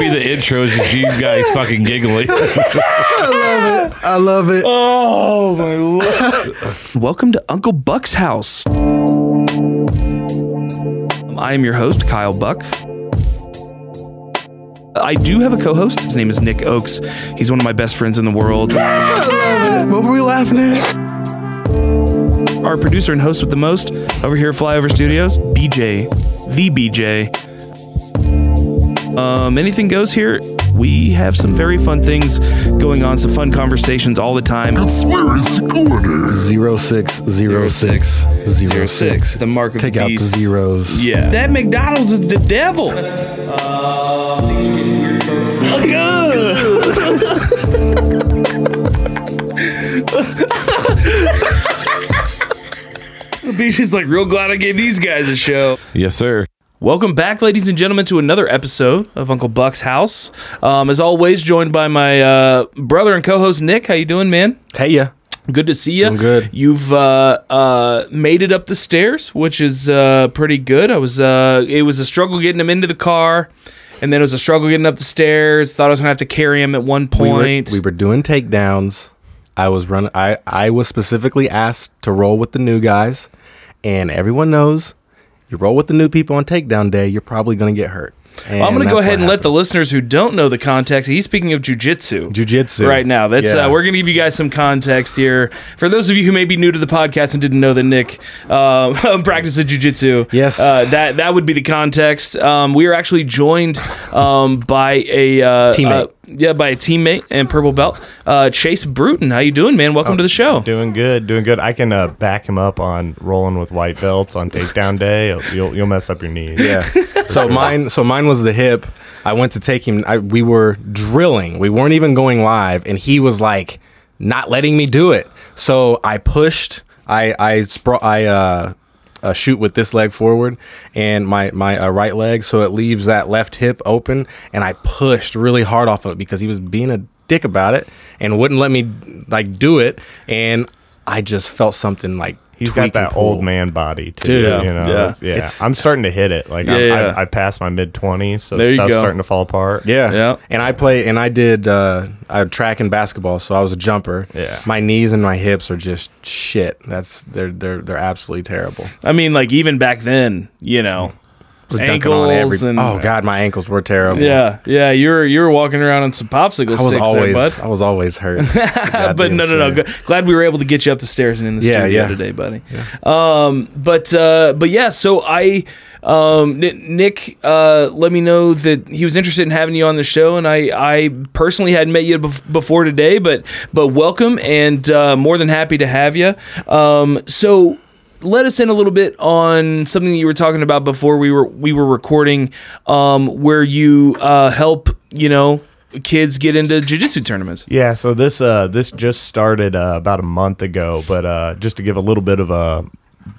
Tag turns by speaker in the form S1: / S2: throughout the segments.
S1: intros is you guys fucking giggling.
S2: I love it.
S1: oh my lord!
S3: Welcome to Uncle Buck's house. I am your host, Kyle Buck. I do have a co host. His name is Nick Oakes. He's one of my best friends in the world.
S2: What were we laughing at?
S3: Our producer and host with the most over here at Flyover Studios, BJ, the BJ. Um, anything goes here. We have some very fun things going on, some fun conversations all the time.
S4: Conspiracy Corner.
S2: Zero six zero six zero six.
S3: The mark of
S2: Take
S3: the
S2: out the
S3: beast.
S2: zeros.
S1: Yeah.
S3: That McDonald's is the devil. Uh, BJ's like real glad I gave these guys a show.
S1: yes, sir.
S3: Welcome back, ladies and gentlemen, to another episode of Uncle Buck's House. Um, as always, joined by my uh, brother and co-host Nick. How you doing, man?
S2: Hey ya.
S3: Good to see you.
S2: Doing good.
S3: You've uh, uh, made it up the stairs, which is uh, pretty good. I was uh, it was a struggle getting him into the car, and then it was a struggle getting up the stairs. Thought I was gonna have to carry him at one
S2: We were-
S3: point.
S2: We were, doing takedowns. I was run. I I was specifically asked to roll with the new guys, and everyone knows you roll with the new people on takedown day. You're probably gonna get hurt.
S3: Well, I'm going to go ahead and let the listeners who don't know the context. He's speaking of jujitsu.
S2: jujitsu
S3: Right now, that's
S2: Yeah.
S3: uh, we're going to give you guys some context here. For those of you who may be new to the podcast and didn't know that Nick uh, practices jujitsu,
S2: Yes.
S3: uh, that that would be the context. Um, we are actually joined um, by a uh,
S2: Teammate.
S3: uh, yeah, by a teammate and purple belt, uh, Chase Bruton. How you doing, man?
S2: Oh,
S3: Welcome to the show.
S5: Doing good, doing good. I can uh, back him up on rolling with white belts on takedown day. You'll you'll mess up your knees.
S2: Yeah. So mine so mine was the hip. I went to take him I, we were drilling. We weren't even going live and he was like not letting me do it. So I pushed I I spr- I uh uh, shoot with this leg forward and my my uh, right leg, so it leaves that left hip open. And I pushed really hard off of it because he was being a dick about it and wouldn't let me like do it. And I just felt something like
S5: He's
S2: tweak
S5: got that
S2: and pull.
S5: old man body too.
S2: Dude.
S5: you know?
S3: Yeah.
S5: It's- yeah.
S2: It's-
S5: I'm starting to hit it. Like
S3: Yeah,
S5: I'm,
S3: yeah.
S5: I, I passed my mid twenties, so
S3: There you
S5: stuff's
S3: go.
S5: starting to fall apart.
S2: Yeah.
S3: Yeah.
S2: And I play and I did uh I track and basketball, so I was a jumper.
S5: Yeah.
S2: My knees and my hips are just shit. That's they're they're they're absolutely terrible.
S3: I mean, like even back then, you know,
S2: I was dunking on every-
S3: Ankles and-
S2: Oh god, my ankles were terrible.
S3: yeah, yeah, you're you're walking around on some popsicle
S2: I was
S3: sticks, there,
S2: always
S3: bud.
S2: I was always hurt.
S3: but
S2: Goddamn
S3: no, no, no.
S2: shit.
S3: Gl- Glad we were able to get you up the stairs and in the
S2: Yeah,
S3: studio
S2: yeah.
S3: today, buddy. Um, but uh, but yeah. So I, um, Ni- Nick, uh, let me know that he was interested in having you on the show, and I, I personally hadn't met you bef- before today, but but welcome and uh, more than happy to have you. Um, so. Let us in a little bit on something that you were talking about before we were we were recording, um, where you uh, help you know kids get into jujitsu tournaments.
S5: Yeah, so this uh this just started uh, about a month ago, but uh just to give a little bit of a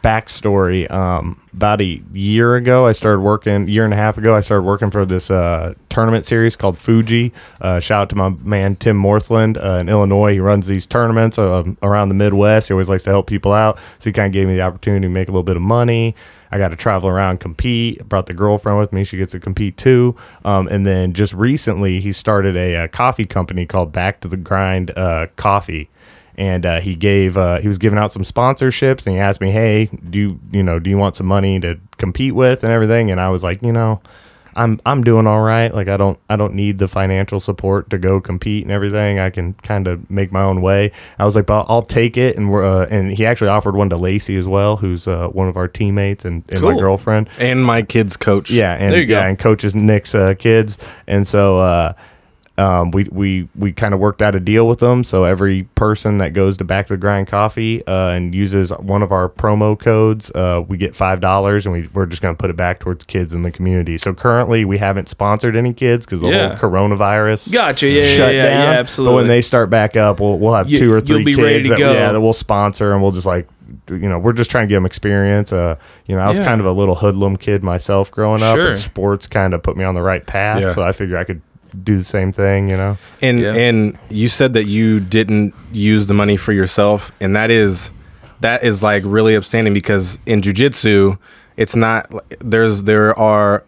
S5: backstory, um about a year ago I started working year and a half ago I started working for this uh tournament series called Fuji. Uh shout out to my man Tim Northland uh, in Illinois. He runs these tournaments um, around the Midwest. He always likes to help people out. So he kind of gave me the opportunity to make a little bit of money. I got to travel around, compete. I brought the girlfriend with me; she gets to compete too. Um, and then just recently, he started a, uh coffee company called Back to the Grind uh, Coffee, and uh, he gave uh, he was giving out some sponsorships, and he asked me, "Hey, do you, you know do you want some money to compete with and everything?" And I was like, you know. I'm I'm doing all right. Like I don't I don't need the financial support to go compete and everything. I can kind of make my own way. I was like, but I'll take it. And we're uh, and he actually offered one to Lacey as well, who's uh, one of our teammates and, and
S3: Cool.
S5: my girlfriend.
S2: And my kids coach.
S5: Yeah, and
S3: There you go.
S5: yeah, and coaches Nick's uh, kids, and so uh, um, we we we kind of worked out a deal with them. So every person that goes to Back to the Grind Coffee uh, and uses one of our promo codes, uh, we get five dollars, and we we're just gonna put it back towards kids in the community. So currently, we haven't sponsored any kids because the
S3: Yeah.
S5: whole coronavirus.
S3: Gotcha. Yeah, yeah,
S5: shut
S3: yeah,
S5: down.
S3: yeah, absolutely.
S5: But when they start back up, we'll we'll have
S3: You-
S5: two or
S3: you'll
S5: 3
S3: be
S5: kids
S3: ready to
S5: that,
S3: go.
S5: yeah, that we'll sponsor, and we'll just like, you know, we're just trying to give them experience. Uh, you know, I was
S3: Yeah.
S5: kind of a little hoodlum kid myself growing up,
S3: Sure.
S5: and sports kind of put me on the right path,
S2: Yeah.
S5: so I figured I could do the same thing. You know,
S2: And
S3: Yeah.
S2: and you said that you didn't use the money for yourself, and that is that is like really upstanding because in jujitsu, it's not there's there are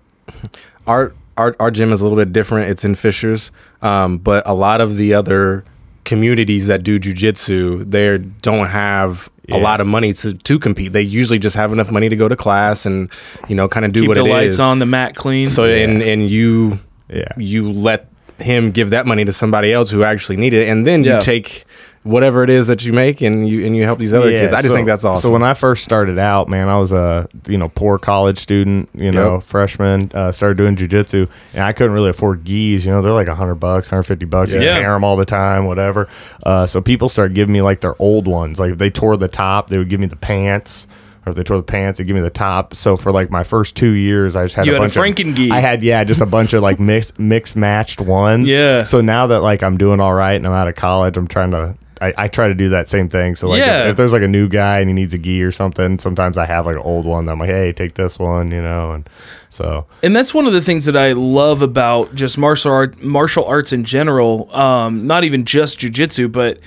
S2: art our our gym is a little bit different. It's in Fishers, um, but a lot of the other communities that do jujitsu, they don't have a
S5: Yeah.
S2: lot of money to, to compete. They usually just have enough money to go to class and you know kind of do
S3: Keep
S2: what
S3: the
S2: it
S3: lights
S2: is.
S3: on, the mat clean.
S2: So and and you
S5: Yeah.
S2: you let him give that money to somebody else who actually needed it, and then
S3: Yeah.
S2: you take whatever it is that you make and you and you help these other kids. I just
S5: so-
S2: think that's awesome.
S5: So when I first started out, man, I was a you know poor college student, you know
S2: Yep.
S5: freshman. Uh, started doing jujitsu, and I couldn't really afford gis. You know, they're like hundred bucks, hundred fifty bucks. You
S3: Yeah.
S5: tear them all the time, whatever. Uh, so people started giving me like their old ones. Like if they tore the top, they would give me the pants. Or if they tore the pants, they would give me the top. So for like my first two years, I just had
S3: You
S5: a
S3: had a
S5: bunch of
S3: Franken-gi.
S5: I had yeah, just a bunch of like mix mix matched ones.
S3: Yeah.
S5: So now that like I'm doing all right and I'm out of college, I'm trying to I, I try to do that same thing. So like if-
S3: Yeah.
S5: if, there's like a new guy and he needs a gi or something, sometimes I have like an old one that I'm like, hey, take this one, you know, and so
S3: and that's one of the things that I love about just martial art, martial arts in general. Um, not even just jujitsu, but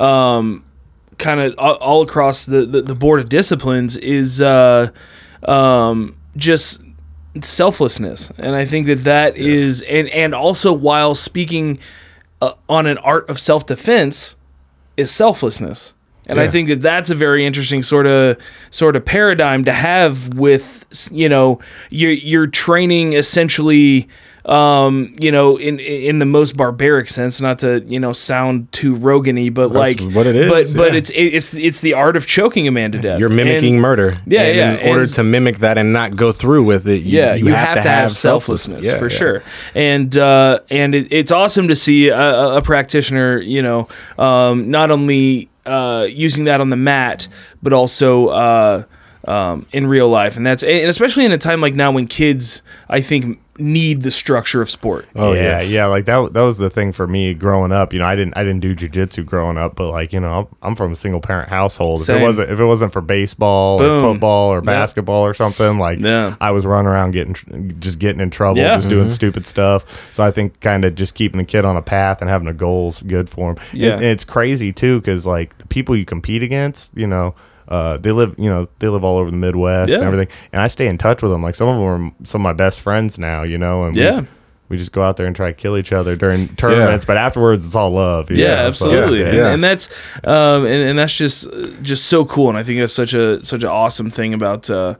S3: um, kind of all, all across the, the the board of disciplines is uh, um, just selflessness, and I think that that is, and and also while speaking uh, on an art of self defense is selflessness. And I
S2: Yeah.
S3: think that that's a very interesting sort of sort of paradigm to have with s- you know you're you're training essentially um, you know in in the most barbaric sense not to you know sound too rogany but
S2: That's
S3: like
S2: what it is,
S3: but but
S2: yeah.
S3: it's it, it's it's the art of choking a man to death
S2: You're mimicking
S3: And-
S2: murder.
S3: Yeah,
S2: And
S3: yeah,
S2: In order
S3: and-
S2: to mimic that and not go through with it, you,
S3: yeah, you, have, to have, selflessness,
S2: Yeah,
S3: for
S2: yeah.
S3: sure. And uh, and it, it's awesome to see a- a, a practitioner, you know, um, not only uh, using that on the mat, but also uh, um, in real life. And that's and especially in a time like now when kids, I think, need the structure of sport.
S2: Oh
S5: yeah,
S2: yes.
S5: yeah. Like that that was the thing for me growing up. You know, I didn't I didn't do jujitsu growing up, but like, you know, I'm, I'm from a single parent household. If
S3: Same.
S5: it wasn't if it wasn't for baseball
S3: Boom.
S5: or football or basketball or something, like
S3: Yeah.
S5: I was running around getting tr- just getting in trouble,
S3: Yeah. Mm-hmm.
S5: just doing stupid stuff. So I think kind of just keeping the kid on a path and having a goal's good for him.
S3: Yeah.
S5: And, and it's crazy too cuz like the people you compete against, you know, uh, they live, you know, they live all over the Midwest and
S3: Yeah.
S5: everything, and I stay in touch with them. Like some of them are m- some of my best friends now, you know, and
S3: Yeah.
S5: we we just go out there and try to kill each other during tournaments, but afterwards it's all love. you
S3: Yeah,
S5: know, so-
S3: absolutely,
S5: yeah.
S3: And,
S2: yeah.
S3: and that's um, and, and that's just just so cool, and I think that's such a such an awesome thing about uh,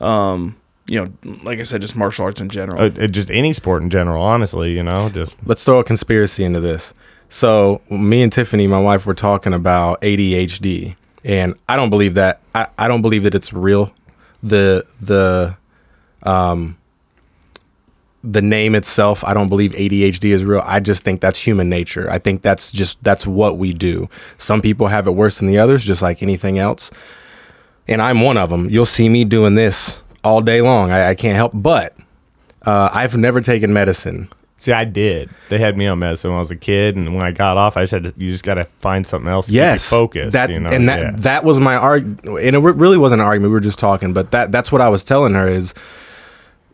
S3: um, you know, like I said, just martial arts in general.
S5: Uh, it- just any sport in general, honestly, you know, just
S2: Let's throw a conspiracy into this. So me and Tiffany, my wife, were talking about ADHD, and I don't believe that. I, I don't believe that it's real. The the um, the name itself, I don't believe ADHD is real. I just think that's human nature. I think that's just that's what we do. Some people have it worse than the others, just like anything else. And I'm one of them. You'll see me doing this all day long. I, I can't help. But uh, I've never taken medicine.
S5: see, I did. They had me on medicine when I was a kid, and when I got off, I said, you just got to find something else. To
S2: yes,
S5: keep you focused.
S2: That
S5: you know,
S2: and that
S5: yeah.
S2: that was my argument, and it re- really wasn't an argument. We were just talking, but that that's what I was telling her is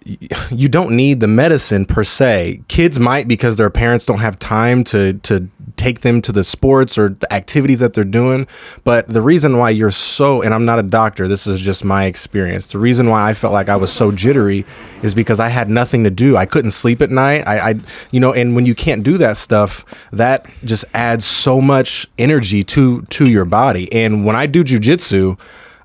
S2: y- you don't need the medicine per se. Kids might because their parents don't have time to to take them to the sports or the activities that they're doing. But the reason why you're so and I'm not a doctor, this is just my experience. The reason why I felt like I was so jittery is because I had nothing to do. I couldn't sleep at night. I, I you know, and when you can't do that stuff, that just adds so much energy to to your body. And when I do jujitsu,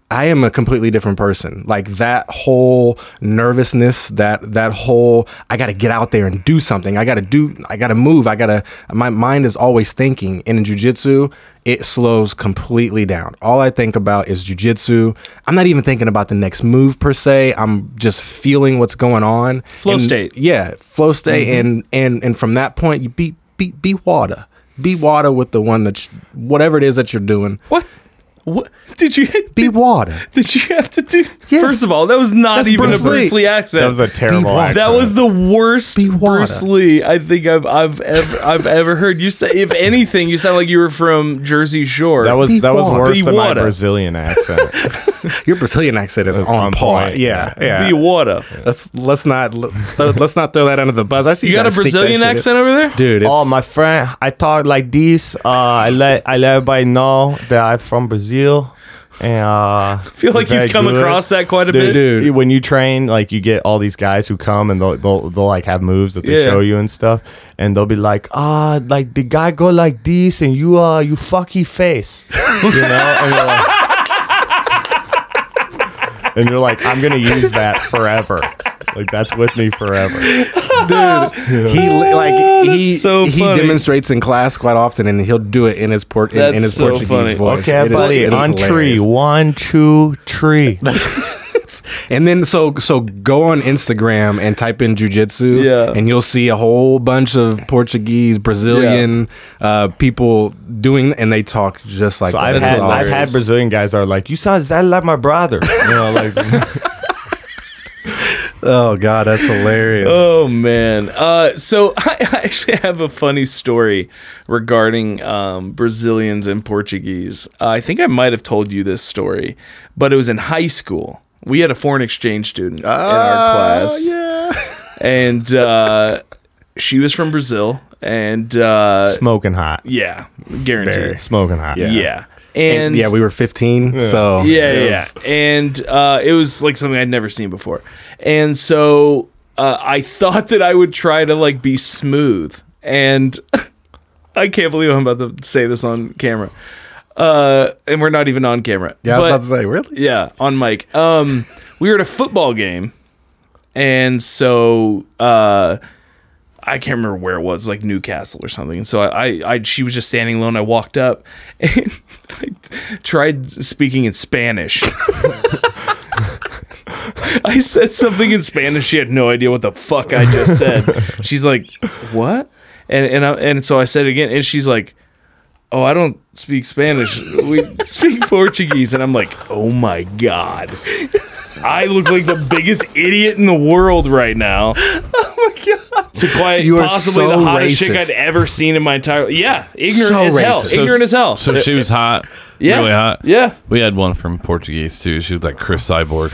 S2: I am a completely different person. Like that whole nervousness, that that whole I got to get out there and do something. I got to do. I got to move. I got to. My mind is always thinking. And in jujitsu, it slows completely down. All I think about is jujitsu. I'm not even thinking about the next move per se. I'm just feeling what's going on.
S3: Flow
S2: And-
S3: state. Mm-hmm.
S2: Yeah, flow state. And and and from that point, you be be be water. Be water with the one that you- whatever it is that you're doing.
S3: What? What did you
S2: Be water.
S3: did you have to do?
S2: Yes.
S3: First of all, that was not
S2: That's
S3: even
S2: Bruce
S3: a Bruce
S2: Lee.
S3: Lee accent.
S5: that was a terrible.
S2: Be-
S5: accent.
S3: That was the worst
S2: Be water.
S3: Bruce Lee I think I've I've ever I've ever heard. You say if anything, you sound like you were from Jersey Shore.
S5: that was
S2: Be
S5: that was
S2: water.
S5: worse
S3: Be
S5: than my
S3: water.
S5: Brazilian accent.
S2: Your Brazilian accent is on,
S5: on
S2: par.
S5: point,
S2: Yeah, yeah.
S3: be water.
S2: let's let's not let's not throw that under the bus. I see
S3: You, got a
S2: gotta sneak that
S3: Brazilian
S2: shit in.
S3: accent over there?
S2: dude. It's,
S5: oh my friend, I talk like this. Uh, I let I let everybody know that I'm from Brazil. And, uh,
S3: I feel like
S5: is that
S3: you've come
S5: good?
S3: across that quite a
S5: Dude,
S3: bit.
S5: dude, when you train, like you get all these guys who come and they'll they'll, they'll like have moves that they
S3: Yeah.
S5: show you and stuff, and they'll be like, ah, like the guy go like this, and you uh you fucky face, you know, and you're like, and you're like, I'm gonna use that forever, like that's with me forever.
S2: He li- like he
S3: That's so
S2: he
S3: funny.
S2: demonstrates in class quite often, and he'll do it in his port in, in
S3: That's
S2: his
S3: so
S2: Portuguese
S3: funny.
S2: voice.
S5: Okay,
S2: It is-
S5: buddy,
S2: it is
S5: on tree,
S2: hilarious.
S5: one, two, three.
S2: And then so so go on Instagram and type in jujitsu,
S3: Yeah.
S2: and you'll see a whole bunch of Portuguese, Brazilian uh, people doing, and they talk just like
S5: So
S2: that.
S5: I've
S2: It's
S5: had, I've
S2: hilarious.
S5: had Brazilian guys that are like, you sound exactly like my brother, you know, like.
S2: oh god, that's hilarious.
S3: Oh man. Uh, so I I actually have a funny story regarding um, Brazilians and Portuguese. Uh, I think I might have told you this story, but it was in high school. We had a foreign exchange student in our class, and uh, she was from Brazil, and uh,
S5: smoking hot.
S3: yeah, guaranteed.
S5: Smoking hot.
S3: Yeah. and,
S2: yeah, we were 15, so
S3: yeah, yeah, yeah. And uh, it was like something I'd never seen before. And so uh, I thought that I would try to like be smooth. And I can't believe I'm about to say this on camera. Uh, and we're not even on camera.
S2: Yeah, I was
S3: But-
S2: about to say, really?
S3: yeah, on mic. Um, we were at a football game, and so uh, I can't remember where it was, like Newcastle or something. And so I, I, I she was just standing alone. I walked up and I tried speaking in Spanish. I said something in Spanish. She had no idea what the fuck I just said. She's like, "What?" And and I, and so I said it again, and she's like, oh, I don't speak Spanish. We speak Portuguese. And I'm like, oh my God. I look like the biggest idiot in the world right now. Oh my God. To quite
S2: You are
S3: possibly
S2: so
S3: the hottest chick
S2: racist.
S3: I'd ever seen in my entire Yeah. Ignorant
S2: So
S3: as hell.
S2: racist.
S3: ignorant as hell.
S1: So she was hot.
S3: yeah.
S1: Really hot.
S3: Yeah.
S1: We had one from Portuguese too. She was like Chris Cyborg.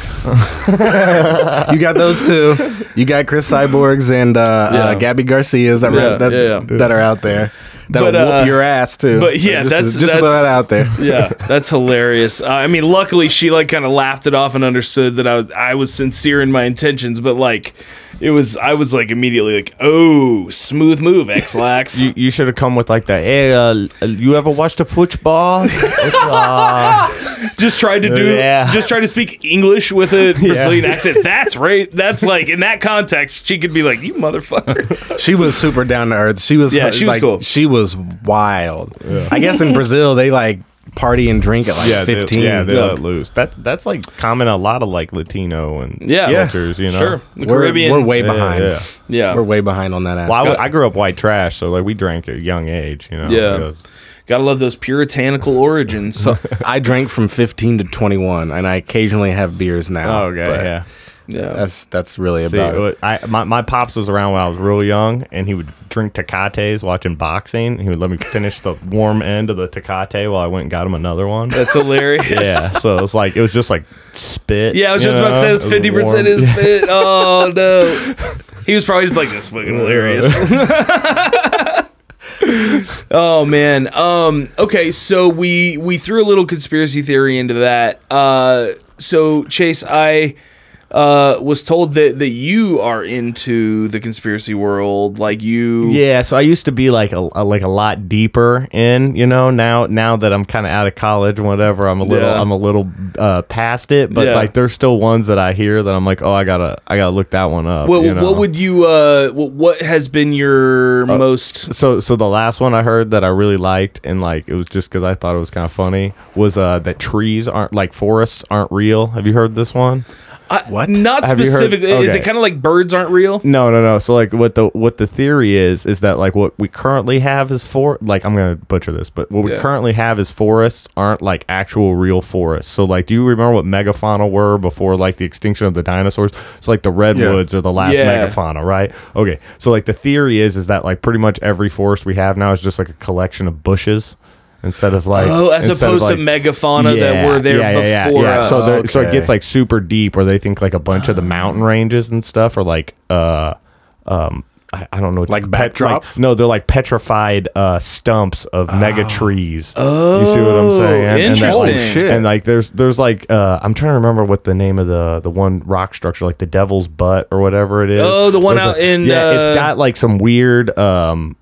S2: You got those two. You got Chris Cyborgs and uh, uh,
S1: Yeah.
S2: Gabby Garcia's that,
S3: Yeah,
S2: that,
S3: yeah, yeah.
S2: that are out there. That'll
S3: But, uh,
S2: whoop your ass too.
S3: but yeah,
S2: just,
S3: that's-
S2: just throw
S3: that's-
S2: that out there.
S3: yeah, that's hilarious. Uh, I mean, luckily she like kind of laughed it off and understood that I was, I was sincere in my intentions, but like it was I was like immediately like, "Oh, smooth move, X-Lax."
S5: You, you should have come with like the hey, uh, you ever watched the football? It's, uh,
S3: just tried to do
S5: Yeah.
S3: just tried to speak English with a Brazilian accent. That's right. That's like in that context, she could be like, "You motherfucker."
S2: She was super down to earth. She was
S3: Yeah, she was
S2: like,
S3: cool.
S2: She was wild. I guess in Brazil they like party and drink at like
S5: yeah, they-
S2: fifteen.
S5: yeah, they let loose. That's that's like common a lot of like Latino and
S3: Yeah. Yeah.
S5: cultures, you know.
S3: Sure, the
S2: we're,
S3: Caribbean.
S2: we're way behind.
S5: Yeah, yeah.
S3: yeah,
S2: We're way behind on that ass.
S5: Well, I,
S3: Scott-
S5: I grew up white trash, so like we drank at a young age, you know.
S3: Yeah.
S5: because-
S3: gotta love those puritanical origins.
S2: so I drank from fifteen to twenty one, and I occasionally have beers now.
S5: Oh, okay,
S2: but
S5: yeah.
S3: yeah,
S2: That's that's really
S5: See,
S2: about it.
S5: what- I, my, my pops was around when I was real young, and he would drink Tecates watching boxing. He would let me finish the warm end of the Tecate while I went and got him another one.
S3: that's hilarious.
S5: Yeah, so it was like it was just like spit.
S3: Yeah, I was
S5: you
S3: just about to say
S5: know?
S3: that's
S5: It was
S3: fifty percent
S5: warm.
S3: is fit. Oh no, he was probably just like this is fucking hilarious. oh man. Um. Okay. So we we threw a little conspiracy theory into that. Uh. So Chase, I uh was told that that you are into the conspiracy world. Like you.
S5: Yeah, so I used to be like a, a- like a lot deeper in, you know. Now now that I'm kind of out of college and whatever, I'm a little
S3: Yeah.
S5: I'm a little uh, past it, but
S3: Yeah.
S5: like there's still ones that I hear that I'm like, "Oh, I got to I got to look that one up."
S3: What,
S5: you know? Uh,
S3: what would you uh what, what has been your most
S5: so so the last one I heard that I really liked and like it was just cuz I thought it was kind of funny was uh that trees aren't like forests aren't real. Have you heard this one?
S2: What?
S3: not
S5: Have you heard-
S3: specifically is
S5: okay.
S3: it kind of like birds aren't real
S5: No, no, no. So like what the what the theory is is that like what we currently have is for like I'm gonna butcher this, but what we
S3: Yeah.
S5: currently have is forests aren't like actual real forests. So like do you remember what megafauna were before like the extinction of the dinosaurs? So like the redwoods are the last
S3: Yeah.
S5: megafauna, right? Okay. So like the theory is is that like pretty much every forest we have now is just like a collection of bushes instead of like
S3: Oh, as
S5: instead of,
S3: opposed
S5: like-
S3: to megafauna that were there before us.
S5: so, there- so it
S2: Okay. Ah.
S5: gets like super deep where they think like a bunch of the mountain ranges and stuff are like uh um I, I don't know what
S2: Like backdrops? Ah.
S5: no, they're like petrified uh, stumps of mega trees. Oh, you see what I'm saying? And that, like-
S3: interesting. Oh,
S2: shit.
S5: And like there's there's like uh, I'm trying to remember what the name of the the one rock structure like the Devil's Butt or whatever it is.
S3: Oh, the one
S5: There's
S3: out
S5: a-
S3: in,
S5: yeah.
S3: uh,
S5: it's got like some weird um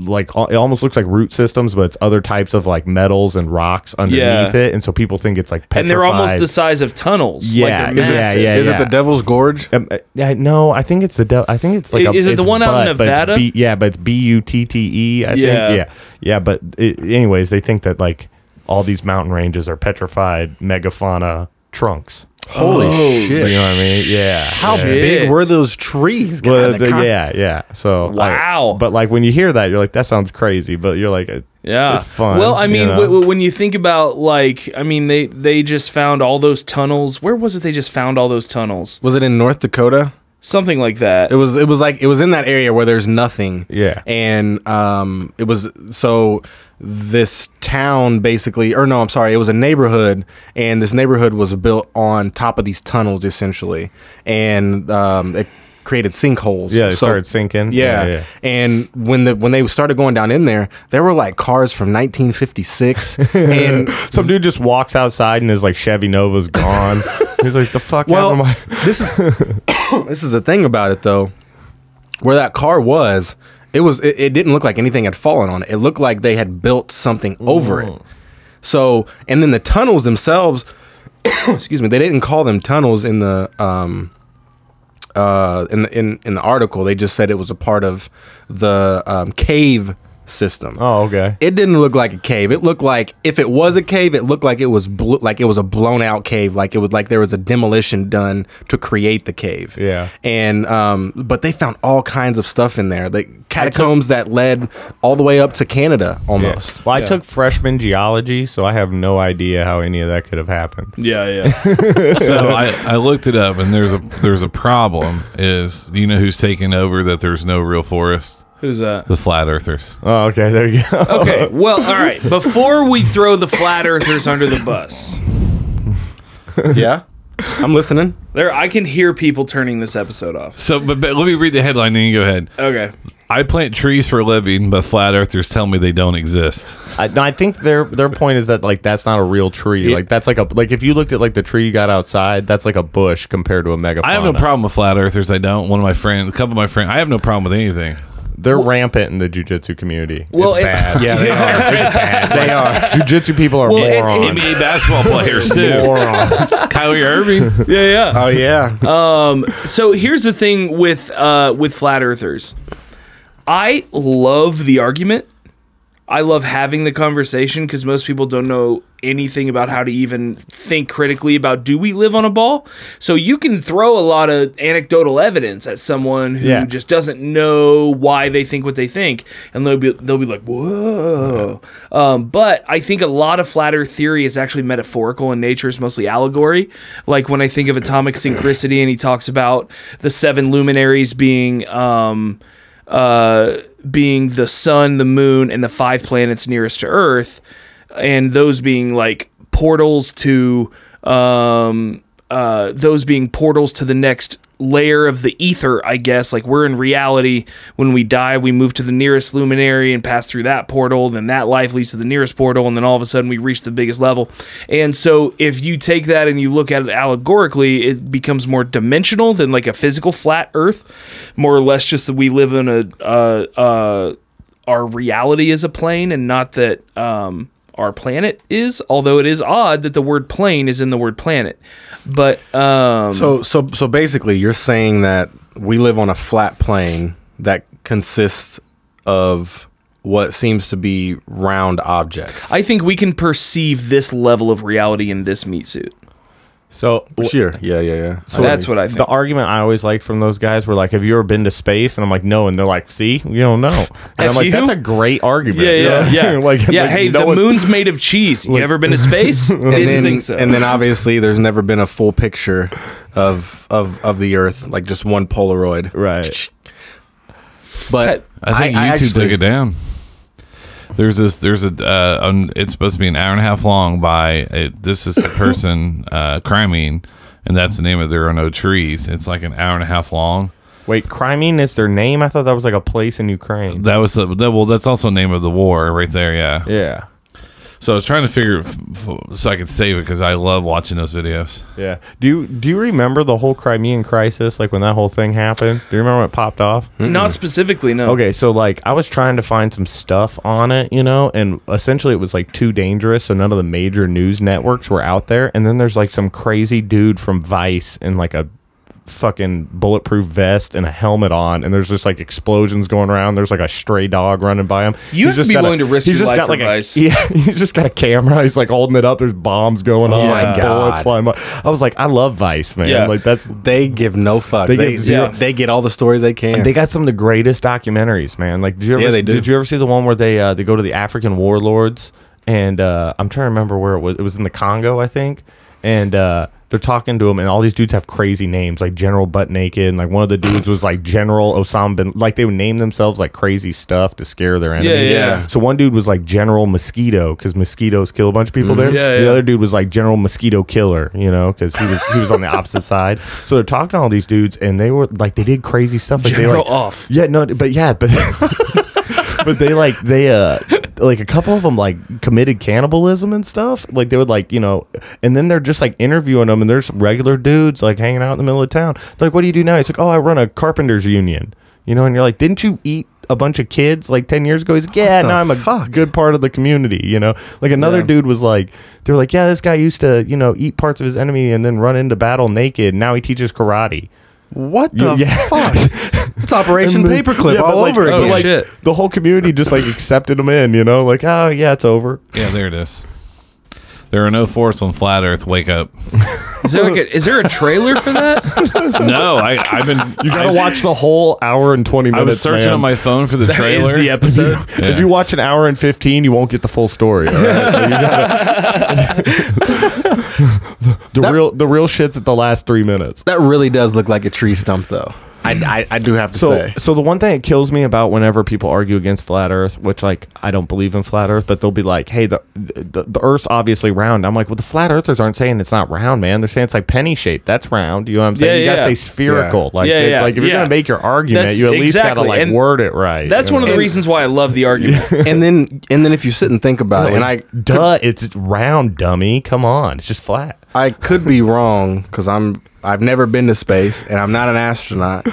S5: like al- it almost looks like root systems, but it's other types of like metals and rocks underneath
S3: Yeah.
S5: it, and so people think it's like petrified.
S3: and they're almost the size of tunnels.
S5: Yeah,
S3: like
S5: yeah,
S3: they're massive.
S5: yeah,
S2: Is it the Devil's Gorge?
S5: Um, uh, yeah, no, I think it's the. De- I think it's like.
S3: I- is it
S5: it's
S3: the one out in
S5: but it's
S3: Nevada?
S5: B- yeah, but it's B U T T E.
S3: Yeah.
S5: I think. Yeah, yeah, but it, anyways, they think that like all these mountain ranges are petrified megafauna trunks.
S3: Oh,
S2: Holy
S5: You
S2: shit.
S5: know what I mean? Yeah.
S2: How
S5: yeah.
S2: big
S3: Shit.
S2: were those trees? God,
S5: Well,
S2: the
S5: the-
S2: con-
S5: yeah, yeah. So I-
S3: Wow.
S5: but like when you hear that, you're like, that sounds crazy. But you're like, uh, it-
S3: Yeah.
S5: it's fun.
S3: Well, I
S5: you
S3: mean,
S5: know?
S3: w- w- when you think about like, I mean, they they just found all those tunnels. Where was it? They just found all those tunnels.
S2: Was it in North Dakota?
S3: Something like that.
S2: It was it was like it was in that area where there's nothing.
S5: Yeah.
S2: And um it was so this town basically or no, I'm sorry, it was a neighborhood and this neighborhood was built on top of these tunnels essentially. And um it created sinkholes.
S5: yeah, it
S2: So-
S5: started sinking.
S2: Yeah. And when the when they started going down in there, there were like cars from 1956 and
S5: Some dude just walks outside and is like Chevy Nova's gone. He's like, the fuck
S2: Well,
S5: happened to my-
S2: this is this is the thing about it though. Where that car was, it was it, it didn't look like anything had fallen on it. It looked like they had built something over it. So and then the tunnels themselves, excuse me, they didn't call them tunnels in the um uh in the in, in the article. They just said it was a part of the um, cave system.
S5: Oh, okay.
S2: It didn't look like a cave. It looked like if it was a cave, it looked like it was blo- like it was a blown out cave. Like it was like there was a demolition done to create the cave.
S5: Yeah.
S2: And um, but they found all kinds of stuff in there, like catacombs that led all the way up to Canada almost.
S5: Well, I took freshman geology, so I have no idea how any of that could have happened.
S3: yeah, yeah.
S1: So I, I looked it up, and there's a there's a problem. Is do you know who's taking over that there's no real forest?
S3: Who's that?
S1: The flat earthers.
S5: Oh, okay, there you go.
S3: Okay. Well, all right. Before we throw the flat earthers under the bus,
S2: Yeah. I'm listening.
S3: there I can hear people turning this episode off.
S1: So, but, but let me read the headline, then you go ahead.
S3: Okay.
S1: I plant trees for a living, but flat earthers tell me they don't exist.
S5: I, no, I think their their point is that like that's not a real tree. Like that's like a like if you looked at like the tree you got outside, that's like a bush compared to a megafauna.
S1: I have no problem with flat earthers. I don't. One of my friends, a couple of my friends, I have no problem with anything.
S5: They're rampant in the jujitsu community.
S3: Well,
S5: it's
S3: it-
S5: bad.
S2: Yeah, they are. they are.
S5: jujitsu people are
S3: it- it
S5: morons.
S1: NBA basketball players too.
S5: morons.
S1: Kyrie Irving.
S3: Yeah, yeah.
S2: Oh yeah.
S3: So here's the thing with uh, with flat earthers. I love the argument. I love having the conversation because most people don't know anything about how to even think critically about do we live on a ball. So you can throw a lot of anecdotal evidence at someone who
S5: Yeah.
S3: just doesn't know why they think what they think, and they'll be they'll be like, "Whoa!" Um, but I think a lot of flat Earth theory is actually metaphorical in nature; it's mostly allegory. Like when I think of atomic synchronicity, and he talks about the seven luminaries being. Um, uh, being the sun, the moon, and the five planets nearest to Earth, and those being like portals to um, uh, those being portals to the next layer of the ether, I guess. Like we're in reality. When we die, we move to the nearest luminary and pass through that portal. Then that life leads to the nearest portal, and then all of a sudden we reach the biggest level. And so, if you take that and you look at it allegorically, it becomes more dimensional than like a physical flat Earth. More or less, just that we live in a uh, uh, our reality is a plane, and not that. Um, our planet is, although it is odd that the word plane is in the word planet. But um,
S2: So so so basically, you're saying that we live on a flat plane that consists of what seems to be round objects.
S3: I think we can perceive this level of reality in this meat suit.
S5: So
S2: sure. Yeah, yeah, yeah.
S5: So
S3: That's what I think.
S5: The argument I always liked from those guys were like, "Have you ever been to space?" And I'm like, "No," and they're like, "See, you don't know." And I'm like,
S3: you?
S5: "That's a great argument."
S3: Yeah,
S5: You know
S3: yeah,
S5: what I
S3: yeah.
S5: mean? like,
S3: yeah,
S5: like,
S3: hey,
S5: no
S3: the
S5: one-
S3: moon's made of cheese. You ever been to space? Didn't
S2: and then,
S3: think so.
S2: and then obviously there's never been a full picture of of of the Earth, like just one Polaroid.
S5: Right.
S2: But
S1: I think YouTube
S2: actually-
S1: took it down. There's this. There's a. Uh, um, it's supposed to be an hour and a half long by. A, this is the person uh, criming, and that's the name of there are no trees. It's like an hour and a half long,
S5: Wait, Crimean is their name? I thought that was like a place in Ukraine.
S1: That was the that, well. That's also the name of the war right there. Yeah.
S5: yeah.
S1: So I was trying to figure f- f- so I could save it because I love watching those videos.
S5: Yeah. Do you do you remember the whole Crimean crisis? Like when that whole thing happened? Do you remember when it popped off?
S3: Not specifically, no.
S5: Okay, so like I was trying to find some stuff on it, you know, and essentially it was like too dangerous, so none of the major news networks were out there. And then there's like some crazy dude from Vice in like a fucking bulletproof vest and a helmet on, and there's just like explosions going around. There's like a stray dog running by him.
S3: You have to
S5: just
S3: be
S5: got a-
S3: willing to risk
S5: he's
S3: your
S5: just
S3: life
S5: got
S3: for
S5: like a-
S3: Vice.
S5: yeah, he's just got a camera. He's like holding it up. There's bombs going on.
S2: Oh my
S5: like, bullets
S2: God.
S5: flying by. I was like, I love Vice, man.
S3: Yeah.
S5: Like that's
S2: They give no fucks.
S5: They
S2: They,
S5: give
S3: zero-
S2: they get all the stories they can.
S5: They got some of the greatest documentaries, man. Like, did you ever,
S2: Yeah, they do.
S5: Did you ever see the one where they uh, they go to the African warlords? And uh, I'm trying to remember where it was. It was in the Congo, I think. And uh, they're talking to him, and all these dudes have crazy names, like General Butt Naked. And like one of the dudes was like General Osama bin. Like they would name themselves like crazy stuff to scare their enemies.
S3: yeah.
S5: So one dude was like General Mosquito because mosquitoes kill a bunch of people there.
S3: Mm-hmm. Yeah,
S5: the
S3: yeah.
S5: other dude was like General Mosquito Killer, you know, because he was he was on the opposite side. So they're talking to all these dudes, and they were like they did crazy stuff. Like they
S3: General
S5: like
S3: Off.
S5: Yeah, no, but yeah, but but they like they uh like a couple of them like committed cannibalism and stuff. Like they would like you know, and then they're just like interviewing them, and there's regular dudes like hanging out in the middle of town. They're like, what do you do now? He's like, oh, I run a carpenters union. You know, and you're like, didn't you eat a bunch of kids like 10 years ago? He's like, yeah,
S2: the
S5: no, I'm a
S2: fuck?
S5: good part of the community, you know? Like another dude was like, they were like, yeah, this guy used to, you know, eat parts of his enemy and then run into battle naked. Now he teaches karate.
S2: what the
S5: Yeah.
S2: fuck? It's Operation
S5: And the-
S2: Paperclip
S5: yeah, but
S2: all
S5: like-
S2: over
S5: but
S2: again.
S5: like,
S3: Shit.
S5: The whole community just like accepted him in, you know, like, oh yeah, it's over.
S1: Yeah, there it is. There are no forts on flat Earth. Wake up!
S3: Is there like a, is there a trailer for that?
S1: No, I, I've been.
S5: You gotta
S1: I,
S5: watch the whole hour and twenty
S1: I
S5: minutes.
S1: was searching
S5: man.
S1: on my phone for the trailer.
S3: Is the episode?
S1: Yeah.
S5: If you watch an hour and fifteen, you won't get the full story. all right? So you gotta- the real the real shit's at the last three minutes.
S2: That really does look like a tree stump, though. I, I, I do have to
S5: So,
S2: say.
S5: so the one thing that kills me about whenever people argue against flat Earth, which like I don't believe in flat Earth, but they'll be like, "Hey, the the, the Earth's obviously round." I'm like, "Well, the flat Earthers aren't saying it's not round, man. They're saying it's like penny shaped. That's round. You know what I'm saying?
S3: Yeah,
S5: you gotta
S3: yeah.
S5: say spherical. Like,
S3: Yeah,
S5: it's
S3: yeah,
S5: like if you're
S3: yeah.
S5: gonna make your argument,
S3: That's
S5: you at least
S3: exactly-
S5: gotta like
S3: and
S5: word it right.
S3: That's one of the reasons why I love the argument.
S2: and then and then if you sit and think about it, and I
S5: duh, it's round, dummy. Come on, it's just flat.
S2: I could be wrong because I'm I've never been to space and I'm not an astronaut,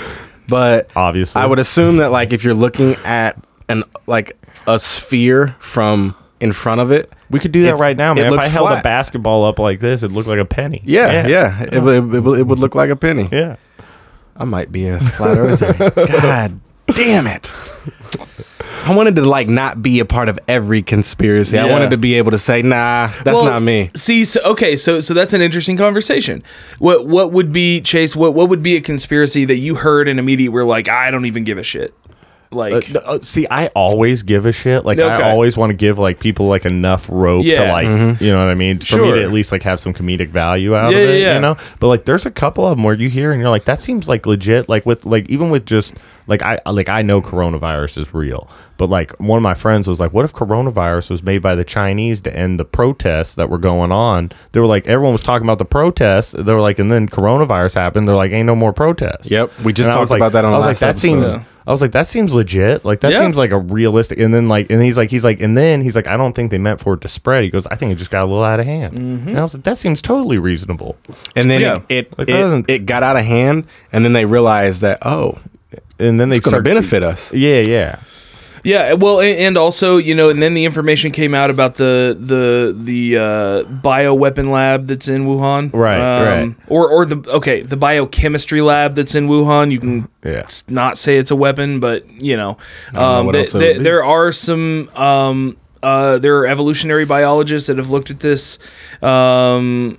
S2: but
S5: Obviously.
S2: I would assume that like if you're looking at an like a sphere from in front of it,
S5: We could do that
S2: It's-
S5: right now,
S2: it
S5: man. If
S2: looks
S5: I held a
S2: flat.
S5: basketball up like this, it'd look like a penny.
S2: yeah, yeah, It, would- it, would- it would look like a penny.
S5: yeah.
S2: I might be a flat earther. God damn it. I wanted to like not be a part of every conspiracy. I
S3: Yeah.
S2: wanted to be able to say, nah, that's
S3: Well,
S2: not me.
S3: See, so, okay, so so that's an interesting conversation. What what would be Chase? What what would be a conspiracy that you heard and immediately were like, I don't even give a shit. Like,
S5: Uh, uh, see, I always give a shit. Like,
S3: Okay.
S5: I always want to give like people like enough rope to
S3: Yeah.
S5: like, you know what I mean? For me
S3: Sure.
S5: to at least like have some comedic value out
S3: Yeah,
S5: of it,
S3: yeah, yeah.
S5: you know. But like, there's a couple of them where you hear and you're like, that seems like legit. Like with like even with just like I like I know coronavirus is real, but like one of my friends was like, what if coronavirus was made by the Chinese to end the protests that were going on? They were like, everyone was talking about the protests. They were like, and then coronavirus happened. They're like, ain't no more protests.
S2: Yep, we just
S5: And I was
S2: talked about that on
S5: I was
S2: the
S5: like,
S2: last
S5: that seems.
S2: episode.
S5: I was like, that seems legit. Like that
S3: Yeah.
S5: seems like a realistic. And then like, and he's like, he's like, and then he's like, I don't think they meant for it to spread. He goes, I think it just got a little out of hand.
S3: Mm-hmm.
S5: And I was like, that seems totally reasonable.
S2: And then
S3: Yeah.
S2: it it,
S5: Like, that
S2: it
S5: doesn't-
S2: it got out of hand and then they realized that, oh,
S5: And then they
S2: it's gonna
S5: start
S2: benefit us.
S5: Yeah, yeah.
S3: yeah, well, and, and also, you know, and then the information came out about the the the uh, bioweapon lab that's in Wuhan, Um,
S5: Right, right.
S3: Or or the okay, the biochemistry lab that's in Wuhan. You can
S5: Yeah.
S3: s- not say it's a weapon, but you know,
S2: know
S3: um,
S2: what
S3: th-
S2: else it
S3: th-
S2: would be.
S3: there are some. Um, uh, there are evolutionary biologists that have looked at this um,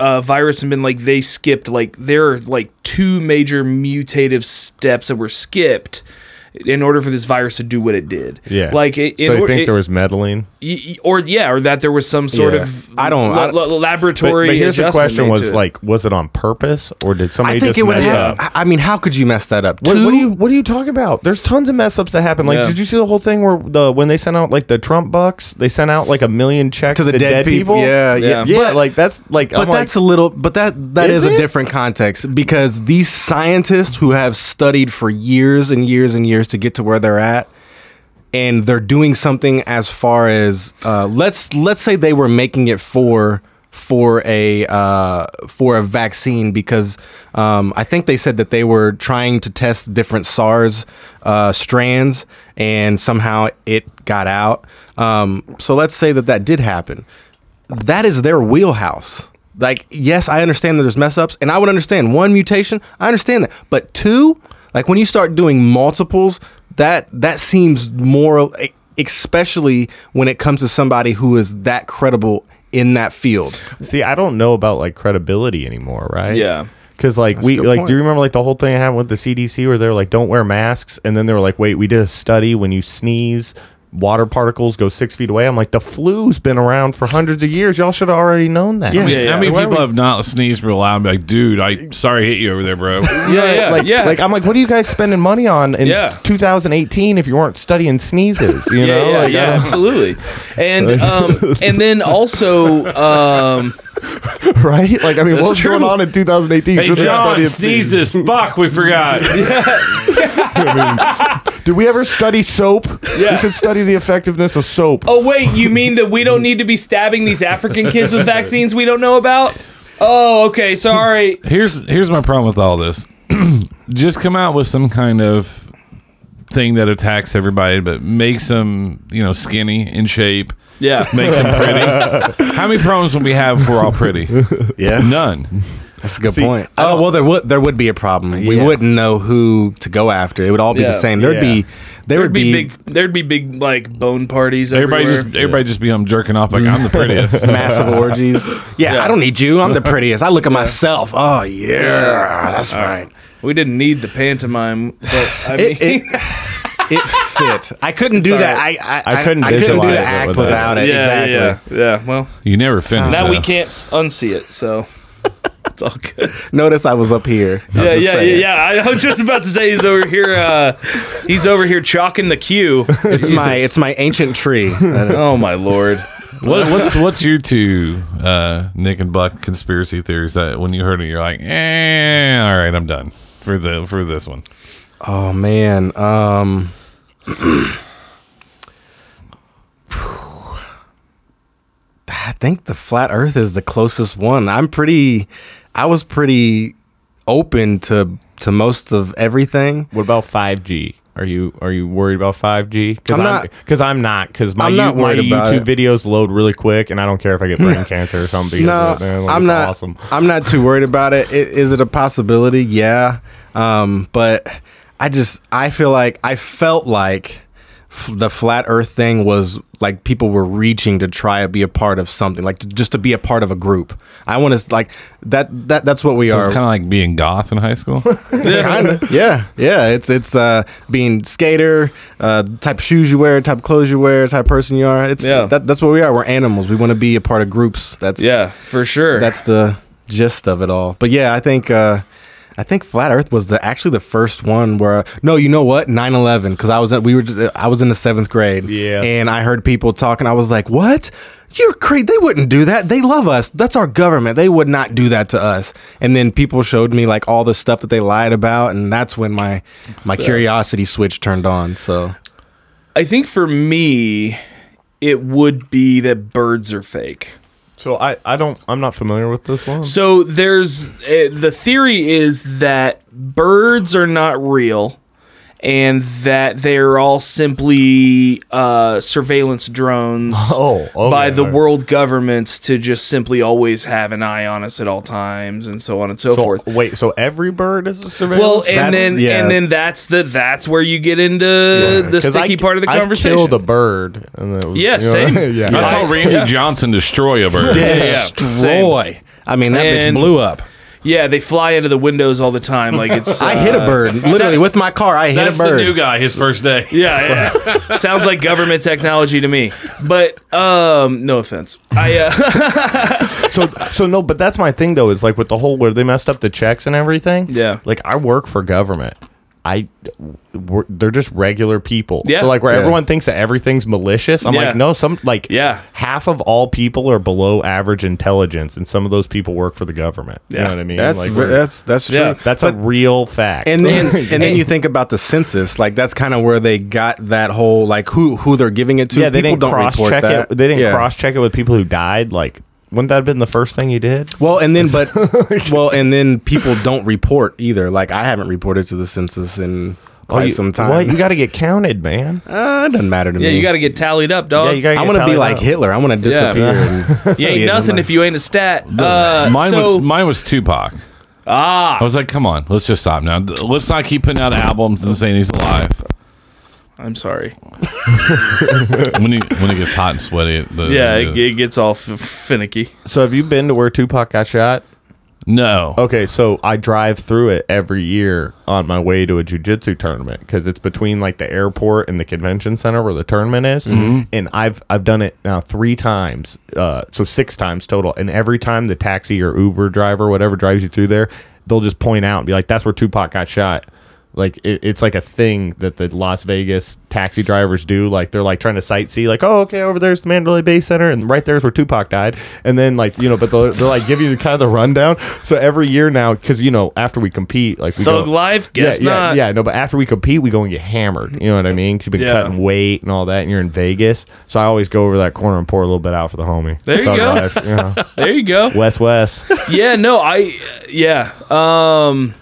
S3: uh, virus and been like, they skipped like there are like two major mutative steps that were skipped in order for this virus to do what it did.
S5: Yeah.
S3: Like it,
S5: so
S3: in
S5: you
S3: or-
S5: think
S3: it-
S5: there was meddling?
S3: y- y- or yeah, or that there was some sort
S2: Yeah.
S3: of
S2: I don't- I
S3: la-
S2: don't-
S3: la-
S5: But,
S3: laboratory.
S5: but here's the
S3: adjustment
S5: question:
S3: made
S5: was
S3: to it.
S5: like, was it on purpose, or did somebody
S2: I think
S5: just
S2: it would
S5: mess
S2: have.
S5: up?
S2: I I mean, how could you mess that up?
S5: What, what
S2: Two-
S5: are you What are you talking about? There's tons of mess ups that happen. Like,
S3: Yeah.
S5: did you see the whole thing where the when they sent out like the Trump bucks, they sent out like a million checks
S2: to the, dead, people?
S3: Yeah.
S2: Yeah, yeah,
S5: yeah.
S2: But,
S5: like that's like,
S2: but
S5: I'm
S2: that's
S5: like,
S2: a little. But that that
S5: Is
S2: is,
S5: it?
S2: a different context because these scientists who have studied for years and years and years to get to where they're at, and they're doing something as far as uh, let's let's say they were making it for for a uh, for a vaccine because um, I think they said that they were trying to test different SARS uh, strands and somehow it got out. Um, so let's say that that did happen. That is their wheelhouse. Like, yes, I understand that there's mess ups, and I would understand one mutation. I understand that, but two, like when you start doing multiples, that that seems more, e, especially when it comes to somebody who is that credible in that field.
S5: see, I don't know about like credibility anymore, right?
S3: Yeah.
S5: Because like
S2: a
S5: we
S2: good
S5: like,
S2: point.
S5: do you remember like the whole thing that happened with the CDC where they were like, don't wear masks, and then they were like, wait, we did a study when you sneeze. Water particles go six feet away. I'm like, the flu's been around for hundreds of years. Y'all should have already known that.
S2: Yeah.
S1: I mean,
S3: yeah,
S1: how many
S5: why
S1: people
S5: would-
S1: have not sneezed real loud and be like, dude, I sorry I hit you over there, bro.
S3: yeah, yeah,
S5: like,
S3: yeah.
S5: like I'm like, what are you guys spending money on in
S3: Yeah.
S5: 2018 if you weren't studying sneezes? You
S3: yeah,
S5: know,
S3: yeah,
S5: Like, I
S3: yeah,
S5: don't-
S3: absolutely. And um, and then also, um,
S5: right? Like, I mean, what's
S3: true.
S5: going on in 2018?
S1: hey,
S5: Shouldn't
S1: John
S5: study in
S1: sneezes. Fuck, we forgot.
S5: Did we ever study soap? We should study the effectiveness of soap.
S3: oh wait, you mean that we don't need to be stabbing these African kids with vaccines we don't know about? Oh, okay, sorry.
S1: here's here's my problem with all this. Just come out with some kind of thing that attacks everybody, but makes them you know skinny in shape,
S3: Yeah,
S1: makes them pretty. How many problems would we have if we're all pretty?
S5: Yeah.
S1: None.
S2: That's a good point. Oh well, there would there would be a problem. We
S5: Yeah.
S2: wouldn't know who to go after. It would all be
S3: Yeah.
S2: the same. There'd
S5: Yeah.
S2: be there
S3: there'd
S2: would
S3: be
S2: be,
S3: big, there'd be big like bone parties.
S1: Everybody
S3: everywhere.
S1: just everybody just be um jerking off like I'm the prettiest.
S2: massive orgies. Yeah, I don't need you. I'm the prettiest. I look at myself. Oh yeah, that's right.
S3: we didn't need the pantomime, but I mean,
S2: It, it, it fit. I couldn't do that. I I,
S5: I couldn't
S2: I couldn't do
S5: visualize
S2: the
S5: it
S2: act
S5: without-
S2: without
S3: yeah,
S2: it. exactly.
S3: yeah, yeah. Well,
S1: You never finish.
S3: now
S1: though.
S3: we can't s- unsee it, so it's all good.
S2: Notice I was up here. I was
S3: Yeah,
S2: just
S3: yeah,
S2: saying.
S3: yeah, yeah. I was just about to say he's over here. Uh, he's over here chalking the queue.
S2: It's my it's my ancient tree.
S3: Oh my lord.
S1: What, what's what's your two uh, Nick and Buck conspiracy theories that when you heard it you're like, eh, all right, I'm done for the for this one.
S2: oh man. Um. I think the flat Earth is the closest one. I'm pretty. I was pretty open to to most of everything.
S5: What about 5G? Are you are you worried about 5G? Because
S2: I'm
S5: I'm,
S2: not-
S5: because I'm not because my,
S2: I'm not
S5: you- my
S2: worried about
S5: YouTube
S2: it.
S5: videos load really quick, and I don't care if I get brain cancer or something.
S2: No,
S5: because of it, man. Like,
S2: I'm
S5: it's
S2: not.
S5: Awesome.
S2: I'm not too worried about it. I- Is it a possibility? Yeah, um, but I just I feel like I felt like f- the flat Earth thing was like people were reaching to try to be a part of something, like to, just to be a part of a group. I want to like that. That that's what we
S1: So
S2: are.
S1: it's kind of like being goth in high school.
S2: Kinda. yeah, yeah. It's it's uh, being skater, uh, type of shoes you wear, type of clothes you wear, type of person you are. It's
S3: Yeah.
S2: that, that's what we are. We're animals. We want to be a part of groups. That's
S3: Yeah, for sure.
S2: that's the gist of it all. But yeah, I think uh, I think flat Earth was the actually the first one where no, you know what, 9-11, because I was at, we were just, I was in the seventh grade,
S5: Yeah.
S2: and I heard people talking. I was like, what? You're crazy. They wouldn't do that. They love us. That's our government. They would not do that to us. And then people showed me like all the stuff that they lied about, and that's when my my curiosity switch turned on. So
S3: I think for me, it would be that birds are fake.
S5: So I I don't I'm not familiar with this one.
S3: So there's uh, the theory is that birds are not real, and that they're all simply uh, surveillance drones.
S5: Oh, okay,
S3: by the
S5: alright.
S3: world governments to just simply always have an eye on us at all times, and so on and so,
S5: So,
S3: forth.
S5: wait, so every bird is a surveillance?
S3: Well, uh, and
S2: That's-
S3: then
S2: yeah.
S3: and then that's the that's where you get into the
S5: 'Cause I-
S3: sticky part of the
S5: I've
S3: conversation.
S5: killed a bird. And it was,
S3: Yeah,
S5: you know,
S3: same.
S5: yeah.
S1: I saw Randy Johnson destroy a bird.
S3: yeah, yeah.
S2: destroy. I mean, that bitch
S3: And-
S2: blew up.
S3: Yeah, they fly into the windows all the time. Like it's.
S2: I hit a
S3: uh,
S2: bird literally with my car. I hit
S1: That's
S2: a bird.
S1: the new guy. His first day.
S3: Yeah, yeah. sounds like government technology to me. But um, no offense. I uh,
S5: so so no, but that's my thing though. Is like with the whole where they messed up the checks and everything.
S3: Yeah.
S5: like I work for government. I we're, they're just regular people.
S3: Yeah.
S5: So like where
S2: Yeah.
S5: everyone thinks that everything's malicious. I'm
S3: Yeah.
S5: like no, some like
S3: Yeah.
S5: half of all people are below average intelligence, and some of those people work for the government. You
S3: Yeah.
S5: know what I mean?
S2: That's
S5: like,
S2: re-
S5: we're-
S2: that's that's true.
S3: Yeah,
S5: that's
S2: But-
S5: a real fact.
S2: and then and then you think about the census. Like that's kind of where they got that whole like who who they're giving it to.
S5: yeah, they
S2: People
S5: didn't
S2: don't
S5: cross
S2: report
S5: check
S2: that.
S5: it. They didn't
S2: Yeah.
S5: cross check it with people who died. Like wouldn't that have been the first thing you did?
S2: Well, and then but well, and then people don't report either. Like I haven't reported to the census in quite
S5: Oh, you,
S2: some time.
S5: What you got to get counted, man.
S2: Uh, it doesn't matter to
S3: yeah,
S2: me.
S3: you got to get tallied up, dog.
S5: Yeah, you gotta
S2: I
S5: get
S2: want to be
S5: tallied
S2: like
S5: up.
S2: Hitler. I want to disappear. and
S3: You ain't
S2: be in the
S3: nothing
S2: money.
S3: if you ain't a stat. Uh,
S1: mine
S3: so,
S1: was mine was Tupac. Ah, I was like, come on, let's just stop now. Th- Let's not keep putting out albums and saying he's alive.
S3: I'm sorry.
S1: When he when it gets hot and sweaty, the,
S3: Yeah,
S1: the-
S3: it, it gets all f- finicky.
S5: So have you been to where Tupac got shot?
S1: no.
S5: Okay, so I drive through it every year on my way to a jujitsu tournament because it's between like the airport and the convention center where the tournament is, and I've I've done it now three times, uh, so six times total, and every time the taxi or Uber driver, whatever drives you through there, they'll just point out and be like, "That's where Tupac got shot." Like it, it's like a thing that the Las Vegas taxi drivers do. Like they're like trying to sightsee, like oh okay, over there's the Mandalay Bay Center, and right there's where Tupac died. And then like you know, but they'll, they'll like give you the kind of the rundown. So every year now, because you know after we compete, like we
S3: Thug
S5: go,
S3: life? Guess
S5: yeah, yeah,
S3: not.
S5: Yeah, no, but after we compete, we go and get hammered. You know what I mean? 'Cause you've been
S3: Yeah.
S5: cutting weight and all that, and you're in Vegas. So I always go over that corner and pour a little bit out for the homie.
S3: There you
S5: Thug
S3: go.
S5: life, you know.
S3: There you go.
S5: West West.
S3: Yeah, no, I yeah. Um,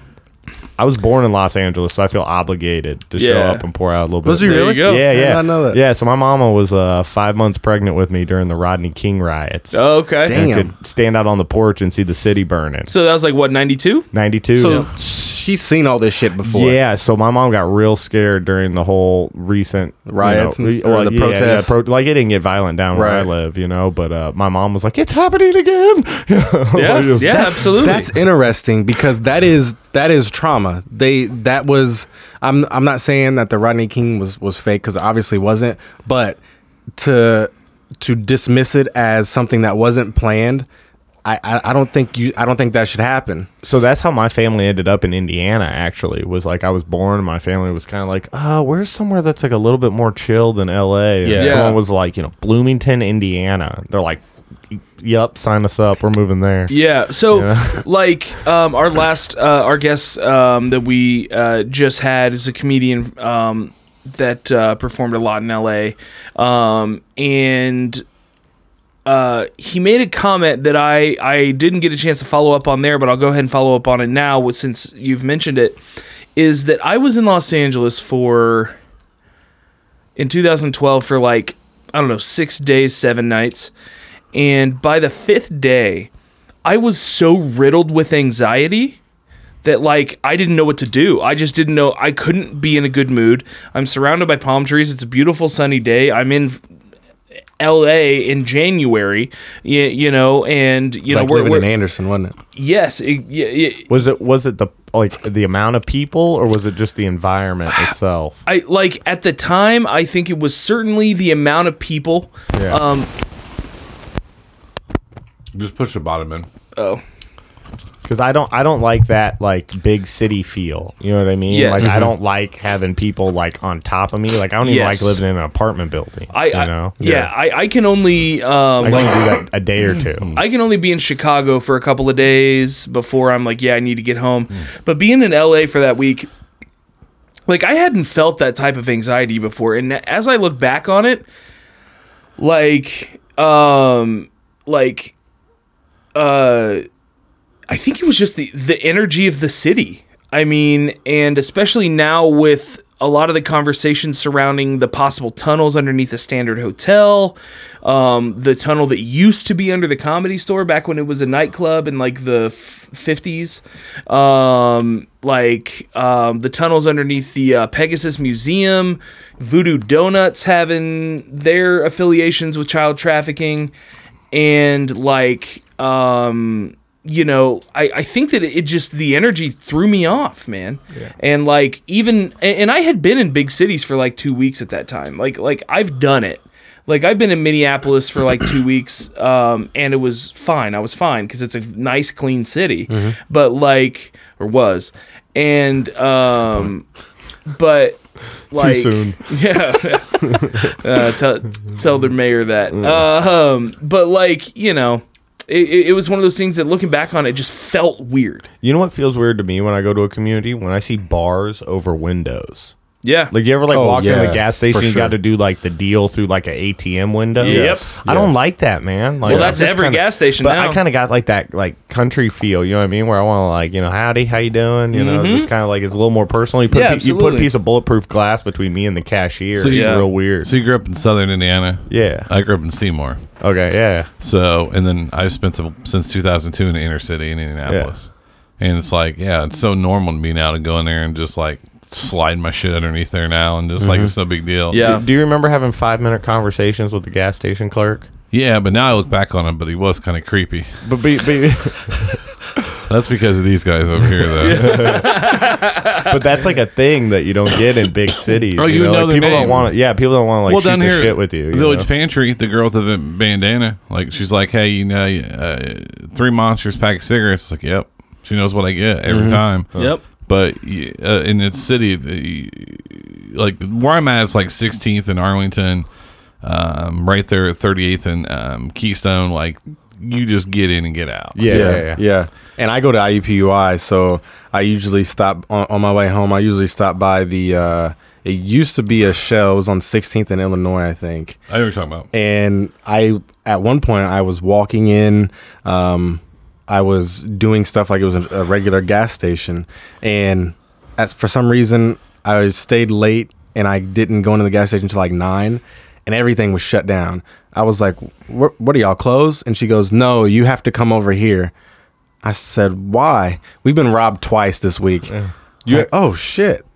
S5: I was born in Los Angeles, so I feel obligated to show
S3: Yeah.
S5: up and pour out a little bit.
S2: Was you
S3: There
S2: really?
S3: you go.
S5: Yeah,
S2: I did
S5: yeah.
S2: not know that.
S5: Yeah, so my mama was uh, five months pregnant with me during the Rodney King riots.
S3: okay.
S2: Oh, Damn.
S5: And could stand out on the porch and see the city burning.
S3: So that was like what 92?
S5: 92.
S2: So she's seen all this shit before.
S5: yeah, so my mom got real scared during the whole recent
S2: Riots and
S5: re-
S2: s- or the protests.
S5: like it didn't get violent down where I
S2: Right.
S5: live, you know. But uh, my mom was like, "It's happening again."
S3: Yeah, yeah, absolutely.
S2: That's interesting because that is that is trauma. They that was I'm I'm not saying that the Rodney King was was fake because obviously wasn't, but to to dismiss it as something that wasn't planned, I, I I don't think you I don't think that should happen.
S5: so that's how my family ended up in Indiana. Actually, was like I was born, and my family was kind of like, "Oh, where's somewhere that's like a little bit more chill than L.A." And
S2: Yeah.
S3: Yeah.
S5: someone was like, you know, Bloomington, Indiana. They're like, "Yep, sign us up. We're moving there."
S3: Yeah. So,
S5: Yeah.
S3: like, um, our last, uh, our guest um, that we uh, just had is a comedian um, that uh, performed a lot in L.A. Um, and uh, he made a comment that I I didn't get a chance to follow up on there, but I'll go ahead and follow up on it now with- since you've mentioned it. Is that I was in Los Angeles for in 2012 for like I don't know six days, seven nights, and by the fifth day, I was so riddled with anxiety that like I didn't know what to do. I just didn't know I couldn't be in a good mood. I'm surrounded by palm trees. It's a beautiful sunny day. I'm in LA in January, you, you know, and you
S2: It's
S3: know
S2: like
S3: we're,
S2: living
S3: we're
S2: in Anderson, wasn't it?
S3: yes, it, yeah, yeah,
S5: Was it was it the like the amount of people, or was it just the environment itself?
S3: I like at the time I think it was certainly the amount of people.
S5: Yeah.
S3: Um
S1: Just push the bottom in.
S3: oh.
S5: because I don't I don't like that like big city feel. You know what I mean?
S3: Yes. Mm-hmm.
S5: Like I don't like having people like on top of me. Like I don't even
S3: Yes.
S5: like living in an apartment building.
S3: I,
S5: you
S3: I-
S5: know?
S3: yeah, I, I can only um
S5: I can
S3: like
S5: only do that a day or two.
S3: I can only be in Chicago for a couple of days before I'm like, yeah, I need to get home. But being in LA for that week, like I hadn't felt that type of anxiety before. And as I look back on it, like, um, like, uh, I think it was just the the energy of the city. I mean, and especially now with a lot of the conversations surrounding the possible tunnels underneath the Standard Hotel, um, the tunnel that used to be under the Comedy Store back when it was a nightclub in like the fifties, um, like um, the tunnels underneath the uh, Pegasus Museum, Voodoo Donuts having their affiliations with child trafficking, and like um, you know, I, I think that it just the energy threw me off, man. And like even and, and I had been in big cities for like two weeks at that time. Like like I've done it. Like I've been in Minneapolis for like two weeks, um, and it was fine. I was fine because it's a nice, clean city. But like, or was, and um, but like,
S5: soon.
S3: yeah. uh, tell tell their mayor that. Uh, um, but like you know, it, it- it was one of those things that looking back on it just felt weird.
S5: You know what feels weird to me when I go to a community when I see bars over windows.
S3: Yeah,
S5: Like you ever like
S2: Oh,
S5: walk in
S2: yeah,
S5: the gas
S2: for
S5: station, you
S2: sure.
S5: got to do like the deal through like an ATM window.
S3: Yep. Yes,
S5: I don't
S2: yes.
S5: like that, man. Like,
S3: Well, that's
S5: just
S3: every
S5: kinda-
S3: gas station
S5: But
S3: now.
S5: I kind of got like that like country feel. You know what I mean? Where I want to like you know howdy, how you doing? You know, just kind of like it's a little more personal. You put
S3: Mm-hmm. Yeah,
S5: a pe- you put a
S3: absolutely.
S5: piece of bulletproof glass between me and the cashier.
S1: So
S5: it's
S1: yeah.
S5: real weird.
S1: So you grew up in Southern Indiana.
S5: yeah.
S1: I grew up in Seymour.
S5: okay. Yeah.
S1: So, and then I spent the, since 2002 in the inner city in Indianapolis. And it's like, yeah, it's so normal to me now to go in there and just like slide my shit underneath there now and just like it's no big deal.
S3: Yeah.
S5: Do, do you remember having five minute conversations with the gas station clerk?
S1: Yeah, but now I look back on him, but he was kind of creepy.
S5: But be, be,
S1: That's because of these guys over here, though.
S5: but that's like a thing that you don't get in big cities.
S1: Oh, you know
S5: like,
S1: their
S5: people
S1: name.
S5: don't want to. Yeah, people don't want to like
S1: well,
S5: shoot
S1: down
S5: the
S1: here,
S5: shit with you. you
S1: Village
S5: know?
S1: Pantry, the girl with the bandana, like she's like, "Hey, you know, uh, three monsters, pack of cigarettes." It's like, yep, she knows what I get every
S5: Mm-hmm.
S1: time.
S3: Yep.
S1: But y- uh, in its city, the, like where I'm at, it's like 16th in Arlington, um, right there at 38th and um, Keystone. Like you just get in and get out.
S5: Yeah, yeah, yeah.
S2: And I go to IUPUI, so I usually stop on, on my way home. I usually stop by the. Uh, it used to be a shell. It was on 16th in Illinois, I think.
S1: I know what you're talking about.
S2: and I at one point I was walking in. Um, I was doing stuff like it was a, a regular gas station, and as for some reason I stayed late and I didn't go into the gas station until like nine, and everything was shut down. I was like, "What? What are y'all closed?" And she goes, "No, you have to come over here." I said, "Why? We've been robbed twice this week." You're like, oh shit.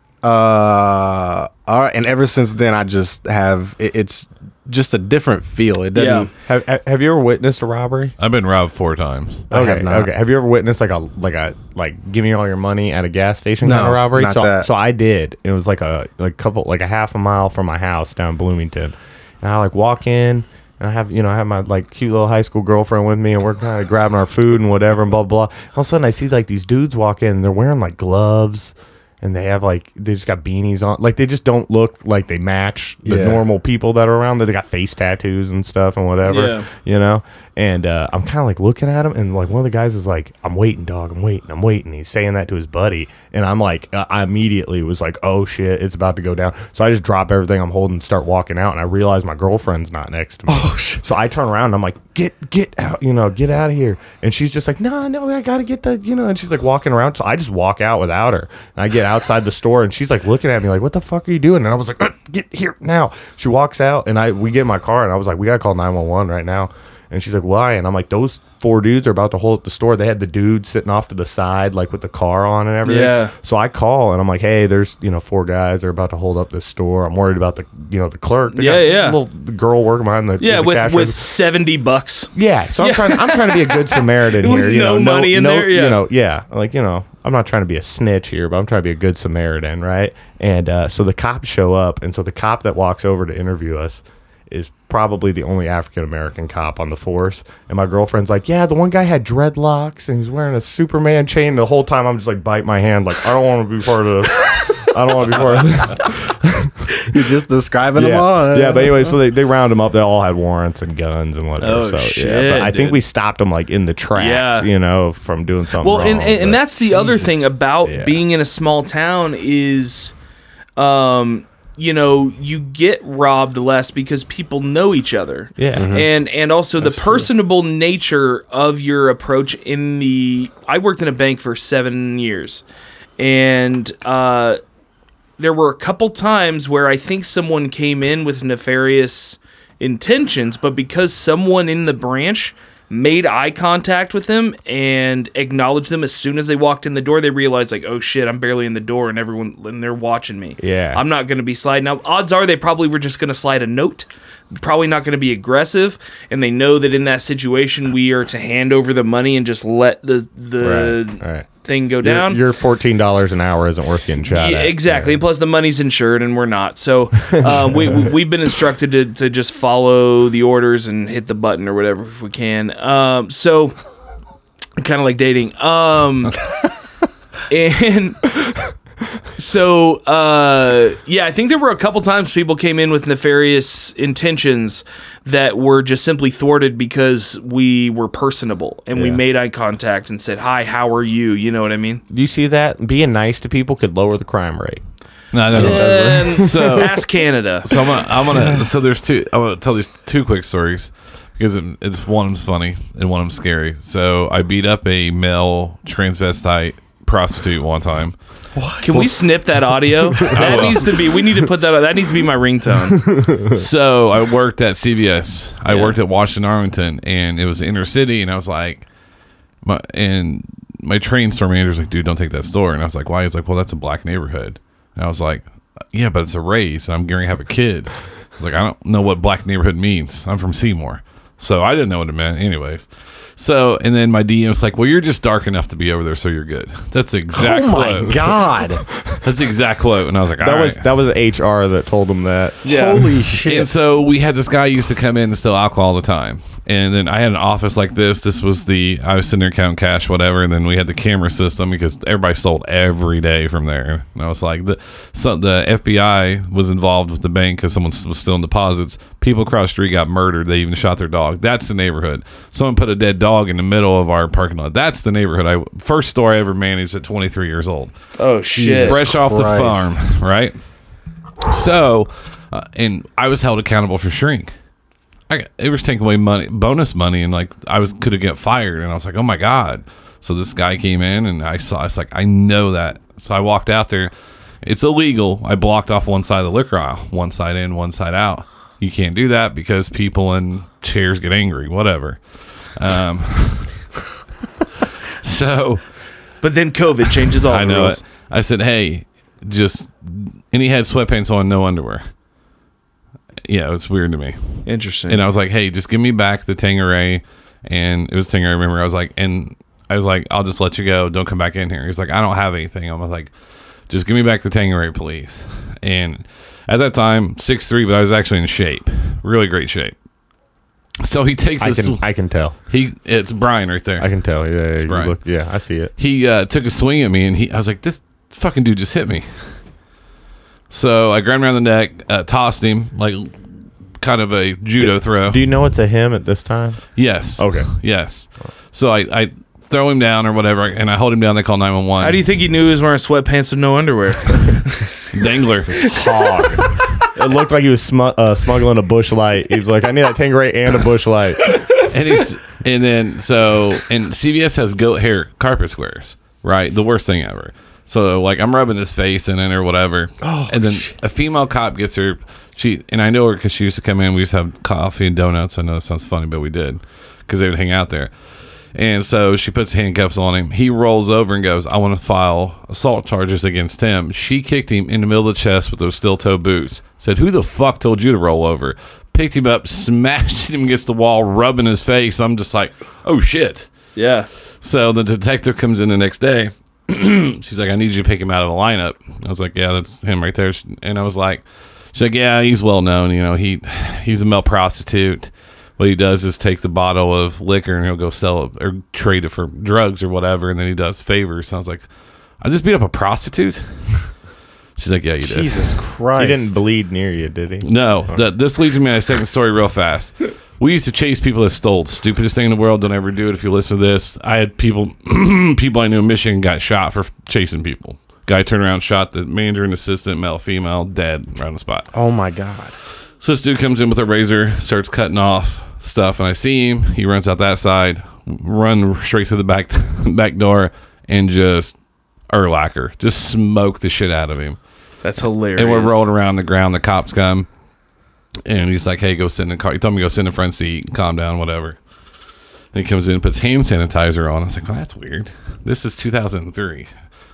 S2: Uh, all right. And ever since then, I just have it, it's just a different feel. It doesn't.
S5: Have, have Have you ever witnessed a robbery?
S1: I've been robbed four times.
S2: I have
S5: okay,
S2: not.
S5: okay. Have you ever witnessed like a like a like give me all your money at a gas station kind
S2: No,
S5: of robbery?
S2: not
S5: so
S2: that.
S5: so I did. It was like a like couple like a half a mile from my house down Bloomington, and I like walk in. And I have, you know, I have my like cute little high school girlfriend with me, and we're kind of grabbing our food and whatever, and blah blah. All of a sudden, I see like these dudes walk in, and they're wearing like gloves, and they have like they just got beanies on, like they just don't look like they match the
S2: Yeah.
S5: normal people that are around. They got face tattoos and stuff and whatever
S3: Yeah.
S5: you know and uh, i'm kind of like looking at him and like one of the guys is like i'm waiting dog i'm waiting i'm waiting he's saying that to his buddy and i'm like uh, i immediately was like oh shit it's about to go down so i just drop everything i'm holding start walking out and i realize my girlfriend's not next to me oh, shit. so i turn around and i'm like get get out you know get out of here and she's just like no no i gotta get the you know and she's like walking around so i just walk out without her and i get outside the store and she's like looking at me like what the fuck are you doing and i was like "Uh, get here now she walks out and i we get in my car and i was like we gotta call 911 right now and she's like, why? And I'm like, those four dudes are about to hold up the store. They had the dude sitting off to the side, like with the car on and everything.
S3: Yeah.
S5: So I call and I'm like, hey, there's, you know, four guys. They're about to hold up this store. I'm worried about the, you know, the clerk. They
S3: Yeah,
S5: got
S3: yeah.
S5: a Little girl working behind the
S3: yeah,
S5: the
S3: with
S5: cash
S3: with
S5: register.
S3: seventy bucks.
S5: yeah. So I'm trying, I'm trying to be a good Samaritan
S3: With
S5: here. You
S3: no
S5: know,
S3: money in there, yeah.
S5: You know, yeah. Like you know, I'm not trying to be a snitch here, but I'm trying to be a good Samaritan, right? And uh, so the cops show up, and so the cop that walks over to interview us is probably the only African American cop on the force. And my girlfriend's like, "Yeah, the one guy had dreadlocks, and he was wearing a Superman chain." The whole time, I'm just like, bite my hand, like, I don't want to be part of. This. I don't want to be part of. This.
S2: You're just describing
S5: Yeah.
S2: them all.
S5: Yeah, but anyway, so they, they round them up. They all had warrants and guns and whatever.
S3: Oh,
S5: so,
S3: shit,
S5: yeah, but I
S3: dude.
S5: think we stopped them like in the tracks,
S3: Yeah.
S5: you know, from doing something.
S3: Well, and,
S5: wrong,
S3: and, and
S5: but-
S3: that's the other thing about being in a small town is, um, you know, you get robbed less because people know each other.
S5: Yeah. Mhm.
S3: and and also the personable nature of your approach in the. I worked in a bank for seven years, and uh, there were a couple times where I think someone came in with nefarious intentions, but because someone in the branch made eye contact with them and acknowledged them as soon as they walked in the door. They realized like, oh shit, I'm barely in the door, and everyone and they're watching me.
S5: Yeah.
S3: I'm not going to be sliding. Now, odds are they probably were just going to slide a note. Probably not going to be aggressive, and they know that in that situation we are to hand over the money and just let the the
S5: Right, right.
S3: thing go
S5: Your-
S3: down.
S5: Your, fourteen dollars an hour isn't worth getting shot
S3: Yeah,
S5: at.
S3: exactly. Plus, the money's insured, and we're not. So uh, we, we we've been instructed to, to just follow the orders and hit the button or whatever if we can. Um, so kind of like dating. Um, and so uh, yeah, I think there were a couple times people came in with nefarious intentions that were just simply thwarted because we were personable and we
S5: Yeah.
S3: made eye contact and said, "Hi, how are you?" You know what I mean?
S5: Do you see that? Being nice to people could lower the crime rate.
S1: No, I don't know.
S3: And
S1: So-
S3: ask Canada.
S1: So I'm gonna, I'm gonna. So there's two. I'm gonna tell these two quick stories because it, it's one of them's funny and one of them's scary. So I beat up a male transvestite prostitute one time.
S3: Can we snip that audio? That needs to be. We need to put that. That needs to be my ringtone.
S1: so I worked at CVS. I worked at Washington Arlington, and it was inner city. And I was like, my and my train store manager's like, dude, don't take that store. And I was like, why? He's like, well, that's a black neighborhood. And I was like, yeah, but it's a race, and I'm going to have a kid. I was like, I don't know what black neighborhood means. I'm from Seymour, so I didn't know what it meant, anyways. So, and then my DM was like, well, you're just dark enough to be over there, so you're good. That's the exact.
S2: Oh my
S1: quote.
S2: god!
S1: That's the exact quote. And I was like,
S5: That
S1: "All
S5: was
S1: right."
S5: that was HR that told them that.
S2: Holy
S1: And
S2: shit!
S1: so we had this guy used to come in and steal alcohol all the time. And then I had an office like this. This was the I was sitting there counting cash, whatever. And then we had the camera system because everybody sold every day from there. And I was like, the so the FBI was involved with the bank because someone was stealing deposits. People across the street got murdered. They even shot their dog. That's the neighborhood. Someone put a dead dog in the middle of our parking lot. That's the neighborhood. I first store I ever managed at 23 years old
S3: Oh shit!
S1: fresh off the
S2: Christ.
S1: farm, right? So, uh, and I was held accountable for shrink. I got, it was taking away money, bonus money, and like I was could have get fired, and I was like, oh my god. So this guy came in, and I saw. It's like I know that. So I walked out there. It's illegal. I blocked off one side of the liquor aisle, one side in, one side out. You can't do that because people in chairs get angry. Whatever. Um, so
S3: But then COVID changes all.
S1: I
S3: the
S1: know
S3: rules.
S1: it. I said, "Hey, just," and he had sweatpants on, no underwear. Yeah, it's weird to me.
S3: Interesting.
S1: And I was like, "Hey, just give me back the Tangeray," and it was Tangeray. Remember, I was like, and I was like, "I'll just let you go. Don't come back in here." He's like, "I don't have anything." I was like, "Just give me back the Tangeray, please." And at that time, six three, but I was actually in shape, really great shape. So he takes
S5: I
S1: this.
S5: can I can tell.
S1: he it's Brian right there.
S5: I can tell. Yeah, yeah, you
S1: right.
S5: look- yeah I see it.
S1: he uh, took a swing at me, and he I was like, "This fucking dude just hit me." So I grabbed him around the neck, uh, tossed him like kind of a judo throw.
S5: Do you know it's a him at this time?
S1: yes.
S3: Oh.
S5: Okay.
S1: Yes. So I, I throw him down or whatever, and I hold him down. They call nine one one.
S3: How do you think he knew he was wearing sweatpants and no underwear?
S1: dangler?
S5: It looked like he was smu- uh, smuggling a bush light. He was like, I need that Tangeray and a bush light.
S1: and he's and then so and CVS has goat hair carpet squares, right? The worst thing ever. So like I'm rubbing his face in it or whatever, and then a female cop gets her. She and I know her because she used to come in. We used to have coffee and donuts. I know that sounds funny, but we did because they would hang out there. And so she puts handcuffs on him. He rolls over and goes, I want to file assault charges against him. She kicked him in the middle of the chest with those steel toe boots. Said, Who the fuck told you to roll over? Picked him up, smashed him against the wall, rubbing his face. I'm just like, Oh shit.
S3: yeah.
S1: So the detective comes in the next day. She's like, I need you to pick him out of the lineup. I was like, Yeah, that's him right there. She- And I was like, She's like, Yeah, he's well known. You know, he he's a male prostitute. What he does is take the bottle of liquor and he'll go sell it or trade it for drugs or whatever. And then he does favors. So I was like, I just beat up a prostitute. She's like, Yeah, you did.
S2: Jesus
S5: He
S2: Christ!
S5: didn't bleed near you, did he?
S1: No, th- this leads me to my second story real fast. We used to chase people that stole. Stupidest thing in the world. Don't ever do it. If you listen to this, I had people, people I knew in Michigan got shot for f- chasing people. Guy turned around, shot the manager and assistant, male, female, dead, right on the spot.
S2: oh my god!
S1: So this dude comes in with a razor, starts cutting off stuff, and I see him. He runs out that side, run straight through the back back door, and just Erlacher, just smoke the shit out of him.
S3: That's hilarious.
S1: And we're rolling around the ground. The cops come, and he's like, "Hey, go sit in the car." He told me to go sit in the front seat, calm down, whatever. And he comes in and puts hand sanitizer on. I was like, well, that's weird. This is 2003.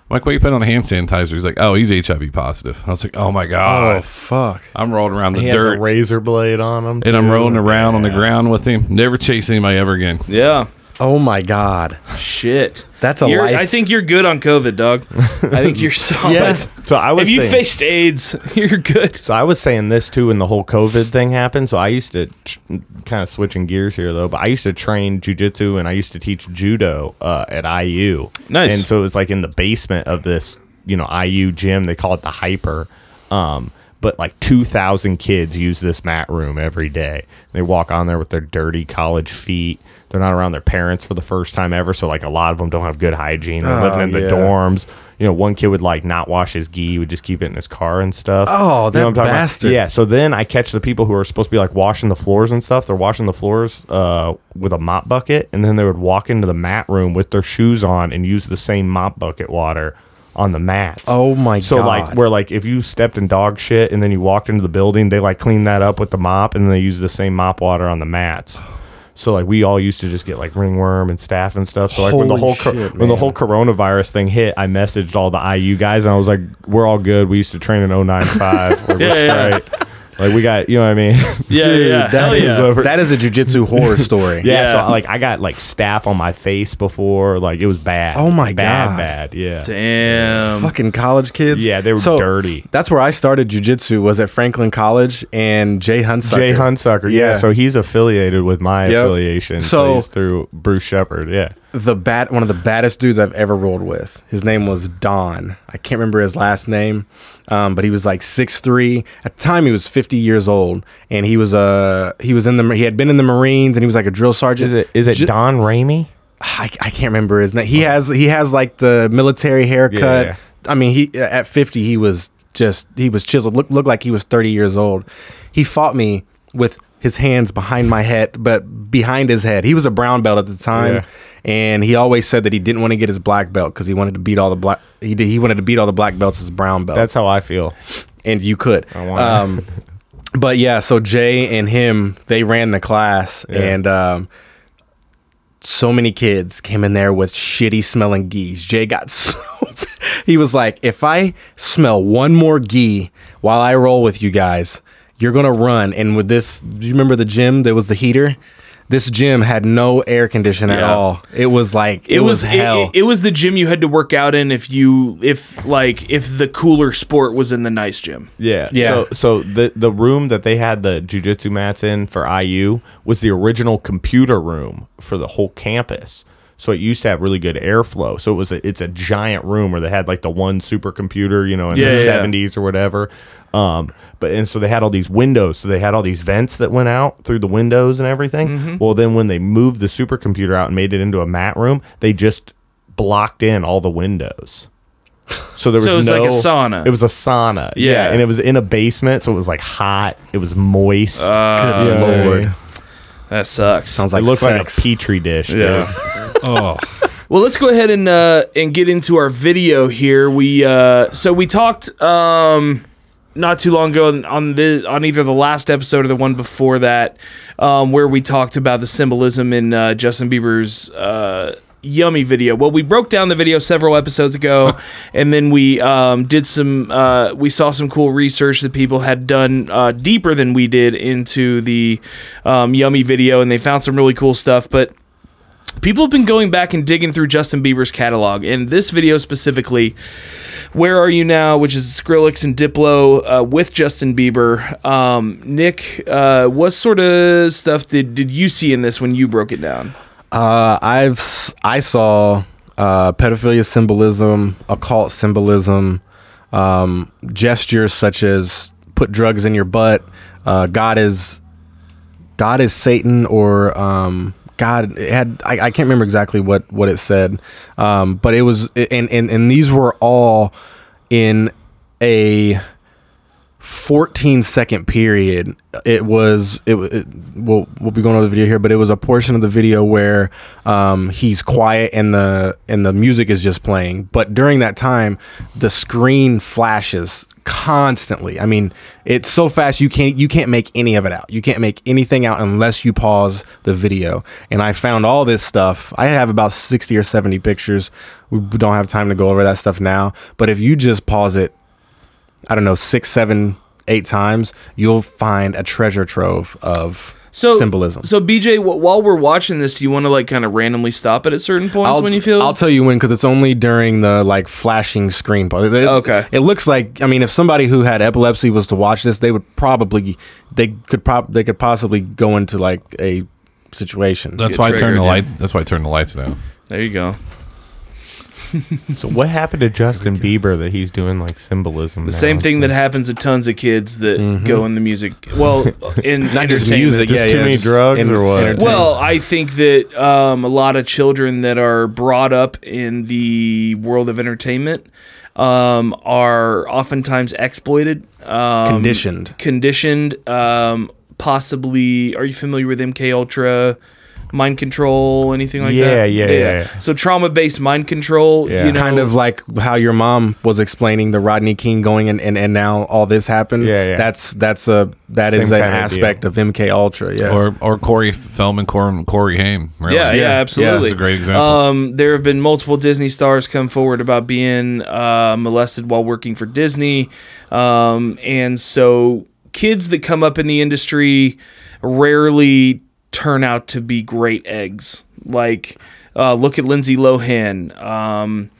S1: I'm like, what you put on hand sanitizer? He's like, oh, he's HIV positive. I was like, oh my God.
S2: fuck.
S1: I'm rolled around the
S5: He has
S1: dirt
S5: a razor blade on him,
S1: and I'm
S5: too.
S1: rolling around on the ground with him. Never chase anybody ever again.
S3: Yeah.
S2: Oh my god.
S3: Shit.
S2: That's a
S3: You're-
S2: life-
S3: I think you're good on COVID, dog. I think you're solid.
S2: Yes.
S5: So I was
S3: If you
S5: saying-
S3: faced AIDS, you're good.
S5: So I was saying this too when the whole COVID thing happened. So I used to tr- kind of switching gears here though, but I used to train jujitsu and I used to teach judo uh, at IU.
S3: Nice.
S5: And so it was like in the basement of this, you know, IU gym. They call it the Hyper. Um, but like 2,000 kids use this mat room every day. They walk on there with their dirty college feet. They're not around their parents for the first time ever. So like a lot of them don't have good hygiene. They're living in the
S2: yeah.
S5: dorms. You know, one kid would like not wash his gi, he would just keep it in his car and stuff.
S2: Oh, that
S5: what I'm talking about?
S2: bastard.
S5: Yeah. So then I catch the people who are supposed to be like washing the floors and stuff. They're washing the floors uh, with a mop bucket, and then they would walk into the mat room with their shoes on and use the same mop bucket water on the mats.
S2: Oh my
S5: so So like
S2: God.
S5: where like if you stepped in dog shit and then you walked into the building, they like clean that up with the mop, and then they use the same mop water on the mats. So like we all used to just get like ringworm and staff and stuff. So like when the
S2: Holy
S5: whole cor-
S2: shit,
S5: when the
S2: man.
S5: whole coronavirus thing hit, I messaged all the IU guys and I was like, "We're all good. We used to train in 095. We're
S3: Yeah, yeah.
S5: straight. Like we got, you know what I mean?
S3: Yeah,
S2: Dude,
S3: yeah.
S2: that
S3: Hell
S2: is
S3: yeah.
S5: over.
S2: that is a jujitsu horror story.
S5: yeah,
S3: Yeah.
S5: So like I got like staff on my face before. Like it was bad.
S2: Oh my
S5: bad,
S2: God.
S5: bad. Yeah.
S3: Damn.
S2: fucking college kids.
S5: Yeah, they were dirty.
S2: That's where I started jujitsu was at Franklin College and Jay Hunsucker.
S5: Jay Hunsucker, yeah.
S2: Yeah.
S5: So he's affiliated with my
S2: Yep.
S5: affiliation.
S2: So-
S5: he's through Bruce Shepard, yeah.
S2: the bat one of the baddest dudes I've ever rolled with. His name was Don. I can't remember his last name, um, but he was like 6'3". At the time, he was fifty years old, and he was uh, he was in the he had been in the Marines, and he was like a drill sergeant.
S5: Is it is it
S2: Ju-
S5: Don Ramey?
S2: I, I can't remember his name. He has he has like the military
S5: Yeah,
S2: haircut.
S5: yeah.
S2: I mean, he at 50 he was just he was chiseled. Look looked like he was 30 years old. He fought me with his hands behind my head, but behind his head. He was a brown belt at the time.
S5: Yeah.
S2: And he always said that he didn't want to get his black belt because he wanted to beat all the black he did, he wanted to beat all the black belts as brown belt
S5: That's how I feel.
S2: and you could.
S5: wanna-
S2: Um, but yeah, so Jay and him they ran the class,
S5: Yeah.
S2: and um, so many kids came in there with shitty smelling geese. Jay got so he was like, if I smell one more gee while I roll with you guys, you're gonna run. And with this, do you remember the gym? There was the heater. This gym had no air condition at
S3: Yeah.
S2: all. It was like it,
S3: it was
S2: was,
S3: it,
S2: hell.
S3: it, it was the gym you had to work out in if you if like if the cooler sport was in the nice gym.
S5: Yeah.
S2: Yeah.
S5: So so the the room that they had the jujitsu mats in for IU was the original computer room for the whole campus. So it used to have really good airflow. So it was a, it's a giant room where they had like the one supercomputer, you know, in
S3: Yeah, yeah,
S5: the
S3: yeah.
S5: seventies or whatever. Um, but and so they had all these windows. So they had all these vents that went out through the windows and everything.
S3: Mm-hmm.
S5: Well, then when they moved the supercomputer out and made it into a mat room, they just blocked in all the windows. So there was
S3: So it was
S5: no,
S3: like a sauna.
S5: It was a sauna. Yeah.
S3: Yeah.
S5: And it was in a basement, so it was like hot. It was moist.
S3: Uh,
S2: Good
S5: Yeah.
S2: lord,
S3: That sucks.
S2: sounds
S5: it
S2: like
S5: looked
S2: sex.
S5: like a petri dish.
S3: Yeah.
S1: Oh,
S3: Well, let's go ahead and uh, and get into our video here. We uh, so we talked um, not too long ago on, on the on either the last episode or the one before that, um, where we talked about the symbolism in uh, Justin Bieber's. Uh, Yummy video. Well, we broke down the video several episodes ago, and then we um, did some. Uh, we saw some cool research that people had done uh, deeper than we did into the um, Yummy video, and they found some really cool stuff. But people have been going back and digging through Justin Bieber's catalog, and this video specifically, "Where Are You Now," which is Skrillex and Diplo uh, with Justin Bieber. Um, Nick, uh, what sort of stuff did did you see in this when you broke it down?
S2: Uh, I've s- I saw uh, pedophilia symbolism, occult symbolism, um, gestures such as put drugs in your butt. Uh, God is God is Satan, or um, God it had I, I can't remember exactly what what it said, um, but it was and and and these were all in a 14 second period it was it, wa- it we'll, we'll be going over the video here but it was a portion of the video where um, he's quiet and the and the music is just playing but during that time the screen flashes constantly. I mean, it's so fast you can't you can't make any of it out. You can't make anything out unless you pause the video. And I found all this stuff. I have about 60 or 70 pictures. We don't have time to go over that stuff now, but if you just pause it I don't know, 6 7 eight times, you'll find a treasure trove of
S3: So
S2: symbolism.
S3: So BJ, wh- while we're watching this, do you want to like kind of randomly stop it at certain points
S2: I'll,
S3: when you feel?
S2: I'll tell you when because it's only during the like flashing screen part. It-
S3: Okay.
S2: It looks like I mean, if somebody who had epilepsy was to watch this, they would probably they could prob they could possibly go into like a situation.
S1: That's
S3: Get
S1: why I turned
S3: triggered,
S1: the
S3: yeah.
S1: light. That's why I turned the lights down.
S3: there you go.
S5: So what happened to Justin Bieber that he's doing like symbolism?
S3: The same thing that happens to tons of kids that go in the music. Well, in
S2: Mm-hmm. not just
S3: entertainment.
S2: music.
S5: Just
S2: yeah,
S5: too
S2: yeah,
S5: many
S2: just
S5: drugs
S2: in-
S5: or what?
S2: entertainment.
S3: Well, I think that um, a lot of children that are brought up in the world of entertainment um, are oftentimes exploited, um,
S2: Conditioned.
S3: conditioned. Um, possibly, are you familiar with MK Ultra? Mind control, anything like
S5: Yeah,
S3: that.
S5: yeah, yeah, yeah.
S3: So trauma-based mind control.
S5: Yeah.
S3: You know,
S2: kind of like how your mom was explaining the Rodney King going and and, and now all this happened.
S5: Yeah, yeah.
S2: That's that's a that is
S5: Same
S2: an
S5: kind of
S2: aspect of MK Ultra. Yeah.
S1: Or or Corey Feldman, Corey, Corey Haim. Really.
S3: Yeah, yeah,
S2: Yeah,
S3: absolutely.
S1: that's a great example.
S3: Um, there have been multiple Disney stars come forward about being uh, molested while working for Disney, um, and so kids that come up in the industry rarely turn out to be great eggs. Like, uh, look at Lindsay Lohan. Um,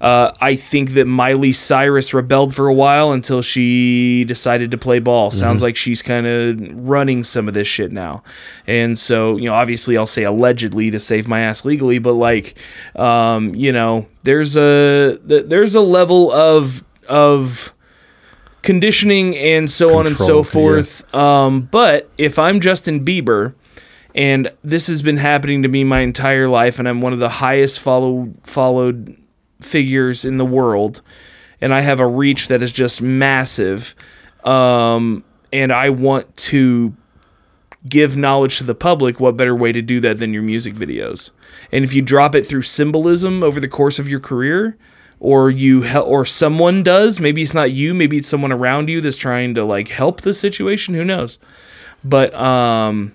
S3: uh, I think that Miley Cyrus rebelled for a while until she decided to play ball. Sounds like she's kind of running some of this shit now. And so, you know, obviously I'll say allegedly to save my ass legally, but like, um, you know, there's a th- there's a level of of conditioning and so on and so
S2: Control,
S3: forth. Um, but if I'm Justin Bieber and this has been happening to me my entire life, and I'm one of the highest follow, followed figures in the world, and I have a reach that is just massive, um, and I want to give knowledge to the public, what better way to do that than your music videos? And if you drop it through symbolism over the course of your career, or you hel- or someone does, maybe it's not you, maybe it's someone around you that's trying to like help the situation. Who knows? But um,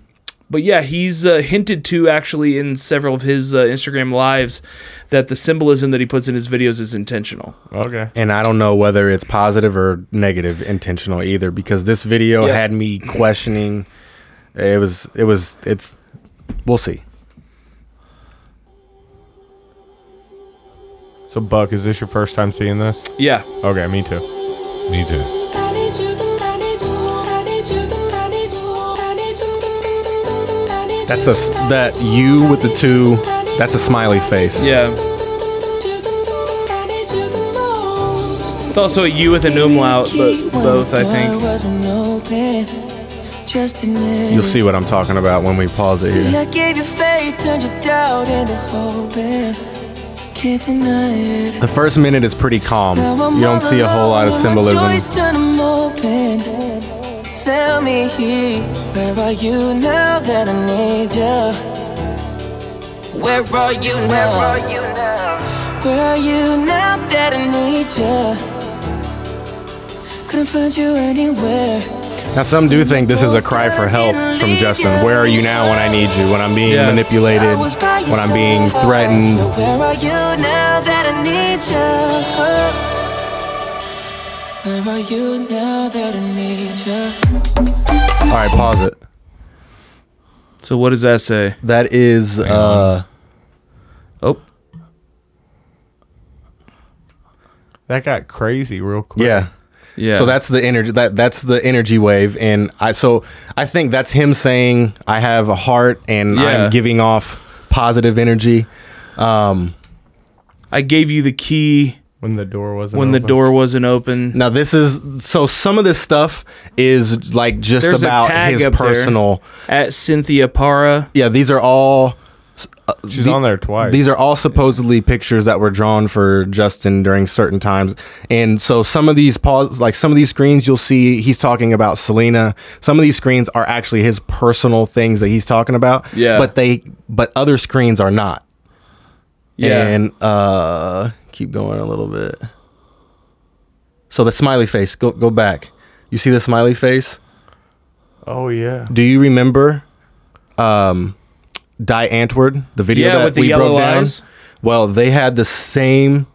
S3: but yeah, he's uh, hinted to actually in several of his uh, Instagram lives that the symbolism that he puts in his videos is intentional.
S5: Okay.
S2: and I don't know whether it's positive or negative intentional either because this video had me questioning. It was it was it's we'll see.
S5: So Buck, is this your first time seeing this?
S3: Yeah,
S5: Okay, me too.
S1: Me too.
S2: That's a s- that you with the two. That's a smiley face.
S3: yeah. It's also a you with an umlaut, but both I think.
S6: think. Just admit
S2: You'll see what I'm talking about when we pause it
S6: See,
S2: here.
S6: I gave you faith, turned your doubt into hope, and can't deny it.
S2: The first minute is pretty calm.
S6: Now I'm
S2: You don't
S6: all
S2: see a whole lot of
S6: alone, and my
S2: symbolism.
S6: choice turned 'em open. Tell me, where are you now that I need you? Where are you now? Where are you now? that I need you? Couldn't find you anywhere.
S2: Now, some do think this is a cry for help from Justin. Where are you now when I need you? When I'm being
S3: Yeah.
S2: manipulated?
S6: I was by your
S2: When I'm being
S6: side. So
S2: threatened?
S6: where are you now that I need you? Where are you now that I need you?
S2: All right, pause it.
S3: So what does that say?
S2: That is uh,
S3: Oh,
S5: That got crazy real quick.
S2: yeah.
S3: yeah.
S2: So that's the energy. That that's the energy wave, and I so I think that's him saying I have a heart and
S3: Yeah.
S2: I'm giving off positive energy. Um,
S3: I gave you the key
S5: When the door wasn't.
S3: when the
S5: open.
S3: door wasn't open.
S2: now this is so some of this stuff is like just
S3: There's a
S2: about
S3: tag
S2: his
S3: up there.
S2: personal.
S3: At Cynthia Para.
S2: Yeah, these are all. uh,
S5: She's
S2: the-
S5: on there twice.
S2: These are all supposedly pictures that were drawn for Justin during certain times. And so some of these pause like some of these screens you'll see he's talking about Selena. Some of these screens are actually his personal things that he's talking about.
S3: Yeah.
S2: But they but other screens are not.
S3: Yeah.
S2: And uh keep going a little bit. So the smiley face, go go back. You see the smiley face?
S5: Oh yeah.
S2: Do you remember um Die Antwoord, the video
S3: Yeah,
S2: that
S3: with the
S2: we
S3: yellow
S2: broke down?
S3: eyes.
S2: Well, they had the same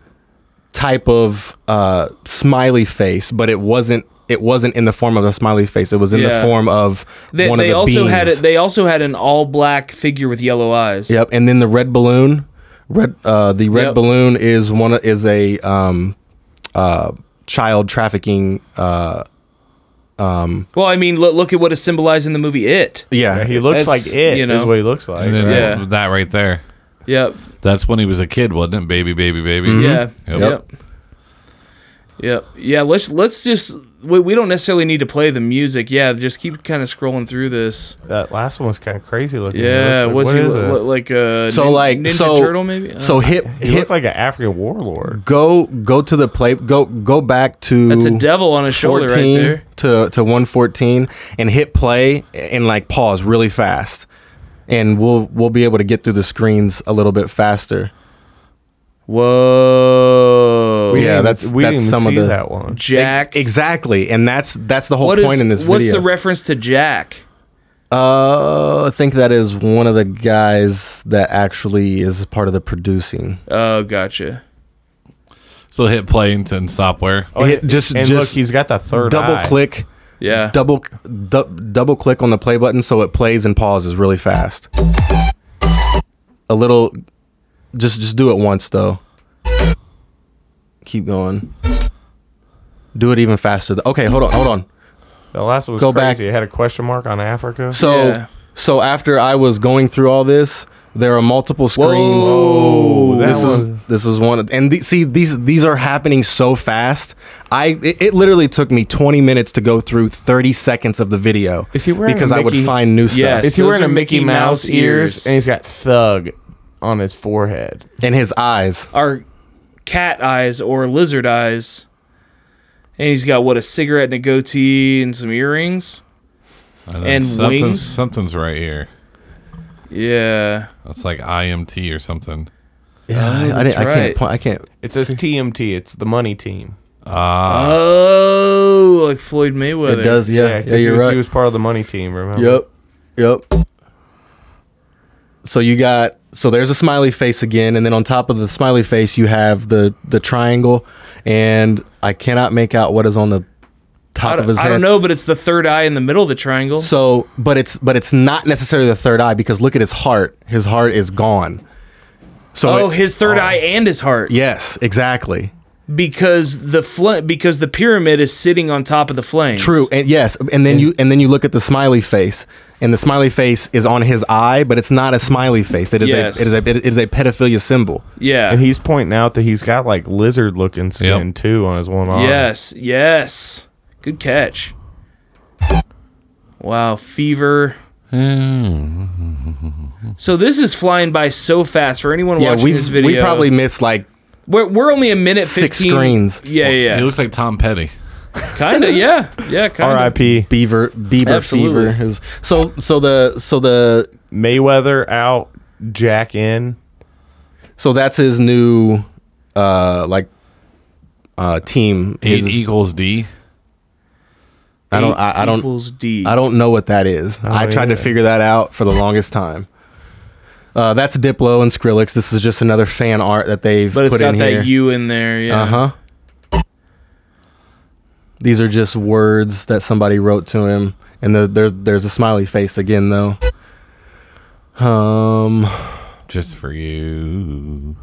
S2: type of uh smiley face, but it wasn't it wasn't in the form of a smiley face. It was in
S3: Yeah.
S2: the form of
S3: They,
S2: one
S3: they
S2: of the
S3: also had it.
S2: beams.
S3: They also had an all black figure with yellow eyes.
S2: Yep, and then the red balloon. Red uh the red
S3: Yep.
S2: balloon is one of- is a um uh child trafficking uh
S3: Well, I mean, look, look at what is symbolized in the movie It.
S2: yeah,
S5: He looks
S3: That's,
S5: like it.
S3: you
S5: is
S3: know.
S5: what he looks like.
S1: And then
S5: right?
S3: Yeah.
S1: that right there.
S3: Yep.
S1: That's when he was a kid, wasn't it? Baby, baby, baby.
S3: Yeah.
S1: Yep.
S5: Mm-hmm.
S3: Yep. yep. Yeah. Let's let's just we, we don't necessarily need to play the music. Yeah. Just keep kind of scrolling through this.
S5: That last one was kind of crazy looking. He
S3: Yeah.
S5: looks like-
S3: what's
S5: what
S3: he
S5: is
S3: lo-
S5: it?
S3: lo- like? Uh,
S2: So
S3: nin-
S2: like
S3: Ninja
S2: so
S3: Turtle maybe. Uh,
S2: So hip
S5: He
S2: hip
S5: looked like an African warlord.
S2: go go to the play go go back to
S3: that's a devil on his shoulder right
S2: 14
S3: there.
S2: to to 114 and hit play and like pause really fast and we'll we'll be able to get through the screens a little bit faster
S3: Whoa.
S2: Yeah,
S5: didn't-
S2: that's-
S5: we
S2: that's
S5: didn't
S2: some of
S5: see
S2: the-
S5: that one.
S3: Jack.
S2: E- exactly and that's that's the whole
S3: What is-
S2: point in this
S3: what's
S2: video
S3: the reference to Jack?
S2: uh i think that is one of the guys that actually is part of the producing
S3: Oh, gotcha.
S1: So hit play and then stop where.
S5: Oh,
S2: Hit- just-
S5: and
S2: just
S5: look, he's got the third
S2: double
S5: eye.
S2: click
S3: Yeah.
S2: double du- double click on the play button so it plays and pauses really fast a little just just do it once though keep going do it even faster th- okay hold on hold on
S5: The last one was
S2: Go
S5: crazy.
S2: back.
S5: It had a question mark on Africa.
S2: so
S3: Yeah.
S2: so after i was going through all this there are multiple screens
S5: Whoa, that
S2: this
S5: was-
S2: is this is one and the, see these these are happening so fast i it, it literally took me 20 minutes to go through 30 seconds of the video
S5: Is he wearing a
S2: because i would
S5: Mickey-
S2: find new stuff
S3: Yes.
S5: is he
S3: Those
S5: wearing
S3: are
S5: a Mickey,
S3: Mickey
S5: Mouse,
S3: Mouse
S5: ears?
S3: ears.
S5: and he's got thug on his forehead.
S2: in his eyes.
S3: are cat eyes or lizard eyes. And he's got what a cigarette and a goatee and some earrings.
S1: And, then
S3: And
S1: something's,
S3: wings?
S1: Something's right here.
S3: Yeah.
S1: That's like IMT or something.
S2: Yeah, Ah, I,
S3: that's
S2: didn't, I
S3: right.
S2: can't. point- I can't.
S5: It says TMT. It's the money team.
S1: Ah,
S3: Oh, like Floyd Mayweather.
S2: It does. Yeah, yeah,
S5: 'cause he,
S2: you're
S5: was,
S2: right.
S5: he was part of the money team. Remember?
S2: yep, yep. So you got so there's a smiley face again, and then on top of the smiley face, you have the the triangle, and I cannot make out what is on the top
S3: I
S2: of
S3: don't,
S2: his
S3: I
S2: head.
S3: don't know, but it's the third eye in the middle of the triangle.
S2: So, but it's but it's not necessarily the third eye because look at his heart. His heart is gone. So
S3: oh,
S2: it-
S3: his third eye and his heart.
S2: yes, exactly.
S3: Because the fl- because the pyramid is sitting on top of the flames.
S2: True, and yes, and then you and then you look at the smiley face, and the smiley face is on his eye, but it's not a smiley face. It is
S3: Yes.
S2: a it is a it is a pedophilia symbol.
S3: Yeah.
S5: And he's pointing out that he's got like lizard looking skin
S1: Yep.
S5: too on his one eye.
S3: Yes, yes. Good catch. Wow, fever. So this is flying by so fast for anyone
S2: Hmm. Yeah,
S3: watching
S2: we
S3: this video.
S2: we probably missed like
S3: we're, we're only a minute
S2: Six
S3: 15
S2: screens.
S3: Yeah, Oh, yeah,
S1: he
S3: yeah.
S1: looks like Tom Petty.
S3: kind of. Yeah, yeah, kind of.
S5: R.I.P.
S2: beaver beaver
S3: Absolutely.
S2: fever. Is, so so the so the
S5: Mayweather out, Jack in.
S2: so that's his new uh like uh team.
S1: Eight
S2: His-
S1: equals D.
S2: I don't I, I don't
S3: Equals D.
S2: I don't know what that is. I tried to
S5: yeah.
S2: figure that out for the longest time. Uh, that's Diplo and Skrillex. This is just another fan art that they've
S3: But it's
S2: put
S3: got
S2: in
S3: that
S2: here.
S3: U in there. Yeah.
S2: Uh huh. These are just words that somebody wrote to him, and the, there, there's a smiley face again, though. Um,
S1: Just for you.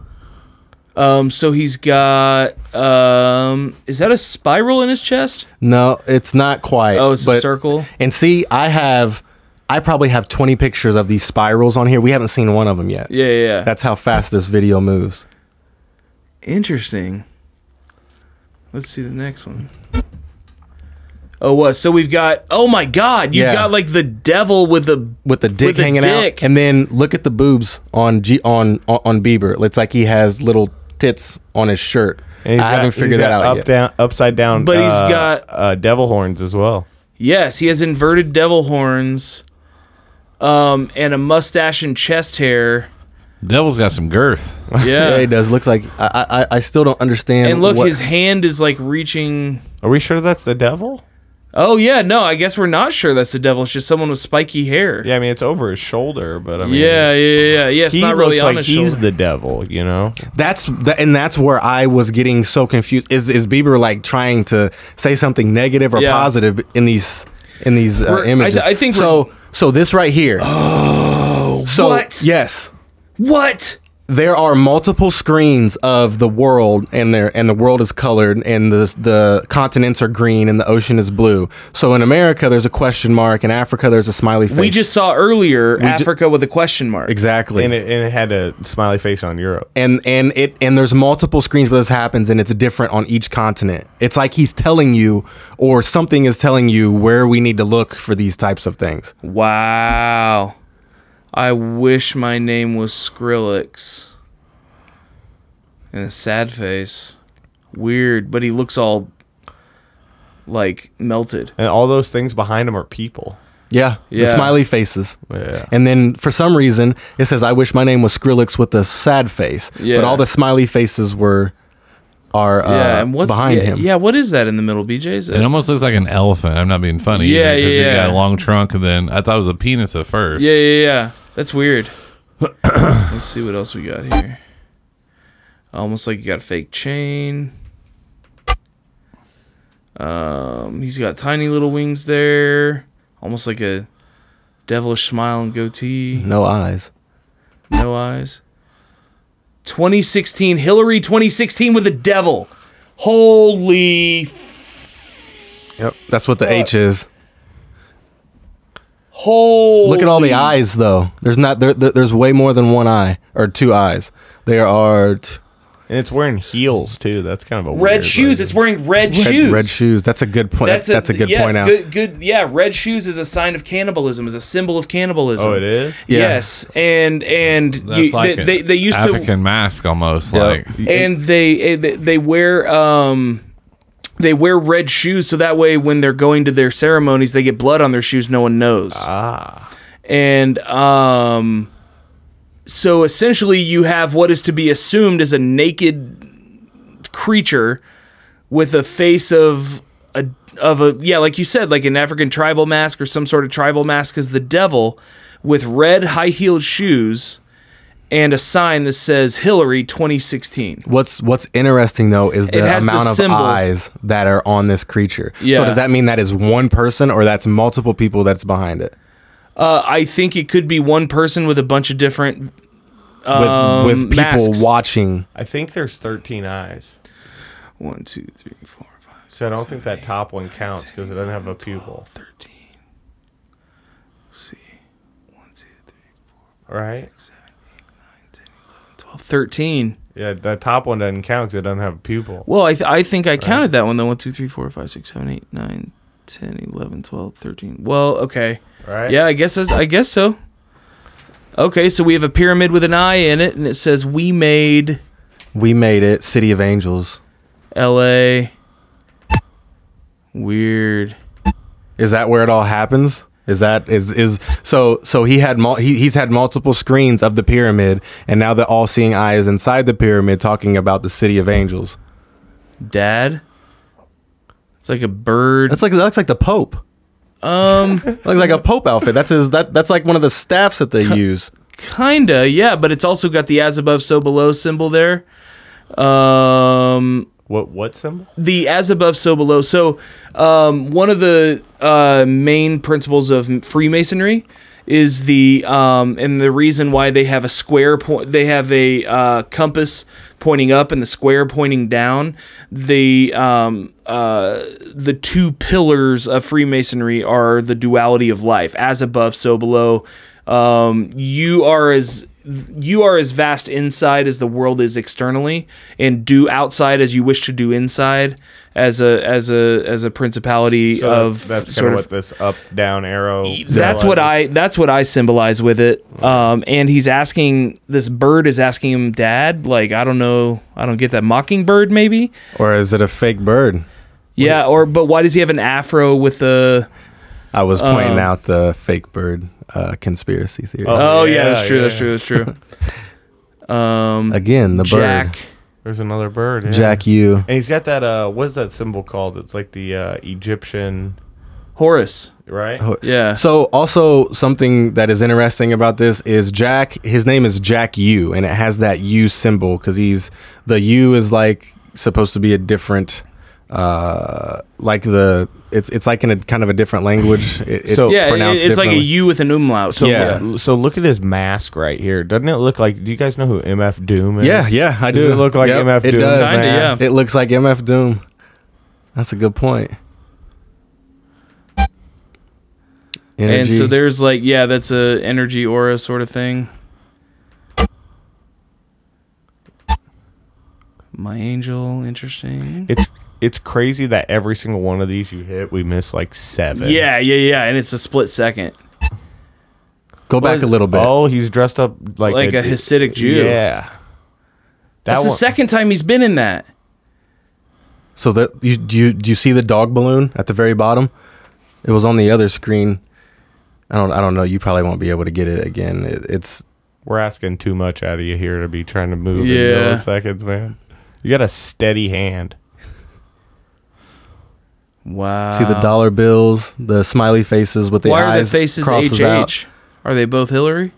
S3: Um. So he's got. Um. Is that a spiral in his chest?
S2: no, it's not quite.
S3: Oh, it's a
S2: but-
S3: circle.
S2: And see, I have, I probably have 20 pictures of these spirals on here. We haven't seen one of them yet.
S3: Yeah, yeah. yeah.
S2: That's how fast this video moves.
S3: Interesting. Let's see the next one. Oh, what? So we've got. Oh my God! You've
S2: Yeah.
S3: got like the devil with the.
S2: With the dick
S3: With the
S2: hanging
S3: dick.
S2: out, and then look at the boobs on G on on, on Bieber. It's like he has little tits on his shirt. I
S5: And he's got-
S2: haven't
S5: he's
S2: figured that
S5: got
S2: out
S5: up,
S2: yet.
S5: Down, upside down.
S3: But
S5: he's
S3: he's got-
S5: uh, devil horns as well.
S3: Yes, he has inverted devil horns, um, and a mustache and chest hair.
S1: Devil's got some girth.
S2: Yeah, he
S3: Yeah.
S2: does. Looks like I, I- I, I still don't understand.
S3: And look,
S2: what-
S3: his hand is like reaching.
S5: Are we sure that's the devil?
S3: Oh yeah, no, I guess we're not sure that's the devil. It's just someone with spiky hair.
S5: Yeah, I mean it's over his shoulder, but I mean
S3: yeah, yeah, yeah. yeah. yeah it's
S5: he
S3: not
S5: looks
S3: really on
S5: like
S3: his
S5: he's
S3: shoulder.
S5: the devil, you know.
S2: That's the, and that's where I was getting so confused. Is is Bieber like trying to say something negative or
S3: Yeah.
S2: positive in these in these uh,
S3: We're- I
S2: images?
S3: th- I think
S2: so. So this right here. Oh, so
S3: what?
S2: yes,
S3: what?
S2: there are multiple screens of the world, and there and the world is colored, and the the continents are green, and the ocean is blue. So in America, there's a question mark. In Africa, there's a smiley face.
S3: We just saw earlier
S2: ju-
S3: Africa with a question mark.
S2: exactly.
S5: And it, and it had a smiley face on Europe.
S2: and and it and there's multiple screens where this happens and it's different on each continent it's like he's telling you or something is telling you where we need to look for these types of things
S3: Wow. I wish my name was Skrillex. And a sad face. Weird, but he looks all like melted.
S5: And all those things behind him are people.
S2: yeah, the
S3: Yeah.
S2: smiley faces
S5: Yeah.
S2: and then for some reason it says i wish my name was skrillex with a sad face
S3: Yeah.
S2: but all the smiley faces were are uh,
S3: yeah, and what's
S2: behind
S3: yeah,
S2: him
S3: Yeah, what is that in the middle, BJ's?
S1: It almost looks like an elephant. I'm not being funny.
S3: Yeah,
S1: either, 'cause
S3: yeah,
S1: You got a
S3: yeah.
S1: long trunk, and then I thought it was a penis at first.
S3: Yeah, yeah, yeah. That's weird. Let's see what else we got here. Almost like you got a fake chain. Um, he's got tiny little wings there. Almost like a devilish smile and goatee.
S2: no eyes Mm-hmm.
S3: No eyes. 2016, Hillary 2016 with the devil. Holy,
S2: yep that's what the h is
S3: holy.
S2: Look at all the eyes, though. There's not there, there- There's way more than one eye or two eyes. There are t-
S5: And it's wearing heels too. That's kind of a
S3: Red
S5: weird
S3: shoes.
S5: looking-
S3: It's wearing red,
S2: red
S3: shoes.
S2: shoes. Red shoes. That's a good point. That's, that's a good
S3: yes,
S2: point out.
S3: Good, good, yeah. Red shoes is a sign of cannibalism, is a symbol of cannibalism.
S5: Oh, it is.
S2: Yeah.
S3: Yes, and and
S1: That's
S3: you,
S1: like
S3: they,
S1: an
S3: they they used
S1: African mask almost. Like
S3: to and they eh, they they wear um they wear red shoes so that way when they're going to their ceremonies they get blood on their shoes no one knows. Ah. And um so essentially you have what is to be assumed as a naked creature with a face of a of a yeah, like you said, like an African tribal mask or some sort of tribal mask is the devil with red high heeled shoes and a sign that says Hillary 2016.
S2: What's What's interesting though is the
S3: has the
S2: amount of
S3: symbol.
S2: eyes that are on this creature.
S3: Yeah.
S2: So does that mean that is one person or that's multiple people that's behind it
S3: Uh, I think it could be one person with a bunch of different
S2: with
S3: um,
S2: with people
S3: masks.
S2: watching?
S5: I think there's 13 eyes.
S3: One, two, three, four, five,
S5: So I don't think that top one counts because it doesn't have a pupil,
S3: thirteen. Let's see. One, two, three,
S5: right?
S3: twelve, thirteen.
S5: Yeah, that top one doesn't count because it doesn't have a pupil.
S3: Well, I, th- I think I counted that one though. One, two, three, four, five, six, seven, eight, nine, ten, eleven, twelve, thirteen. Well, okay.
S5: Right?
S3: Yeah, I guess that's, I guess so. Okay, so we have a pyramid with an eye in it, and it says we made
S2: We made it, City of Angels.
S3: L.A. Weird.
S2: Is that where it all happens? Is that is is so so he had mul- he, he's had multiple screens of the pyramid and now the all seeing eye is inside the pyramid talking about the city of angels.
S3: Dad. It's like a bird.
S2: That's like that's like the pope.
S3: Um,
S2: Looks like a pope outfit. That's his that that's like one of the staffs that they use.
S3: kinda, yeah, but it's also got the as above, so below symbol there. Um,
S5: What what symbol?
S3: the as above, so below. So, um, one of the uh, main principles of Freemasonry is the um, and the reason why they have a square point. They have a uh, compass pointing up and the square pointing down. The um, uh, the two pillars of Freemasonry are the duality of life, as above, so below. Um, you are as you are as vast inside as the world is externally and do outside as you wish to do inside as a as a as a principality
S5: So
S3: of
S5: that's kind
S3: sort
S5: of
S3: of
S5: what this up down arrow.
S3: that's what I that's what I symbolize with it. Um, and he's asking this bird is asking him, Dad, like I don't know, I don't get that mockingbird maybe.
S2: Or is it a fake bird?
S3: Yeah, or but why does he have an afro with a?
S2: I was
S3: Um,
S2: pointing out the fake bird uh, conspiracy theory.
S5: Oh,
S3: Oh yeah,
S5: yeah,
S3: that's true.
S5: yeah,
S3: That's true. That's true. Um,
S2: Again, the
S3: Jack.
S5: There's another bird. yeah.
S2: bird. Jack you.
S5: And he's got that. Uh, what is that symbol called? It's like the uh, Egyptian,
S3: Horus.
S5: right?
S3: Yeah.
S2: So also something that is interesting about this is Jack. His name is Jack U, and it has that U symbol because he's the U is like supposed to be a different, uh, like the it's it's like in a kind of a different language. It, it's
S5: So-
S3: yeah, it,
S2: pronounced
S3: it's like a
S2: differently.
S3: U with an umlaut.
S5: So
S3: So
S2: Yeah.
S5: yeah. So look at this mask right here. Doesn't it look like? Do you guys know who MF Doom is?
S2: Yeah, yeah, I
S5: Does
S2: do.
S5: it look like
S2: Yep,
S5: MF
S2: it
S5: Doom?
S2: does.
S3: Kinda, yeah.
S2: It looks like MF Doom. That's a good point.
S3: and
S2: Energy.
S3: so there's like yeah, that's a energy aura sort of thing. My angel, interesting.
S5: It's it's crazy that every single one of these you hit, we miss like seven.
S3: Yeah, yeah, yeah, and it's a split second.
S2: go back a little bit.
S5: Oh, he's dressed up like
S3: Like a Hasidic Jew.
S5: Yeah. That
S3: That's the
S5: one,
S3: second time he's been in that.
S2: So that you do you do you see the dog balloon at the very bottom? It was on the other screen. I don't I don't know. You probably won't be able to get it again. It, it's
S5: We're asking too much out of you here to be trying to move
S3: Yeah.
S5: in milliseconds, man. You got a steady hand.
S3: Wow.
S2: see the dollar bills, the smiley faces with the
S3: Why are the
S2: eyes
S3: faces
S2: crosses
S3: HH?
S2: out.
S3: Are they both Hillary?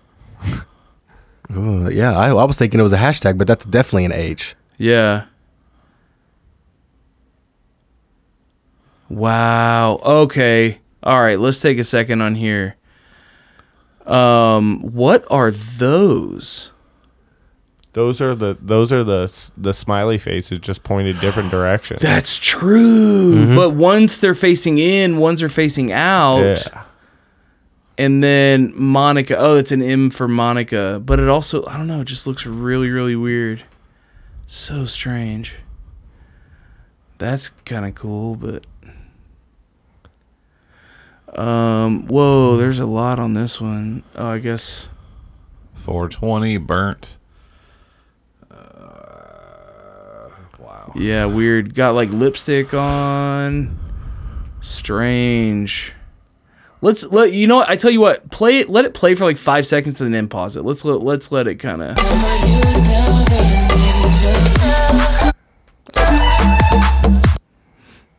S2: Ooh, yeah, I, I was thinking it was a hashtag, but that's definitely an H.
S3: Yeah. Wow. Okay. All right, let's take a second on here. Um, what are those?
S5: Those are the those are the s- the smiley faces just pointed different directions.
S3: That's true. But once they're facing in, ones are facing out.
S5: yeah.
S3: And then Monica. Oh, it's an M for Monica. But it also, I don't know, it just looks really, really weird. So strange. That's kind of cool, but. Um, whoa, there's a lot on this one. Oh, I guess.
S1: 420 burnt.
S3: Yeah, weird. Got like lipstick on. Strange. Let's let you know. What, I tell you what. Play it. Let it play for like five seconds and then pause it. Let's let let's let it kind of.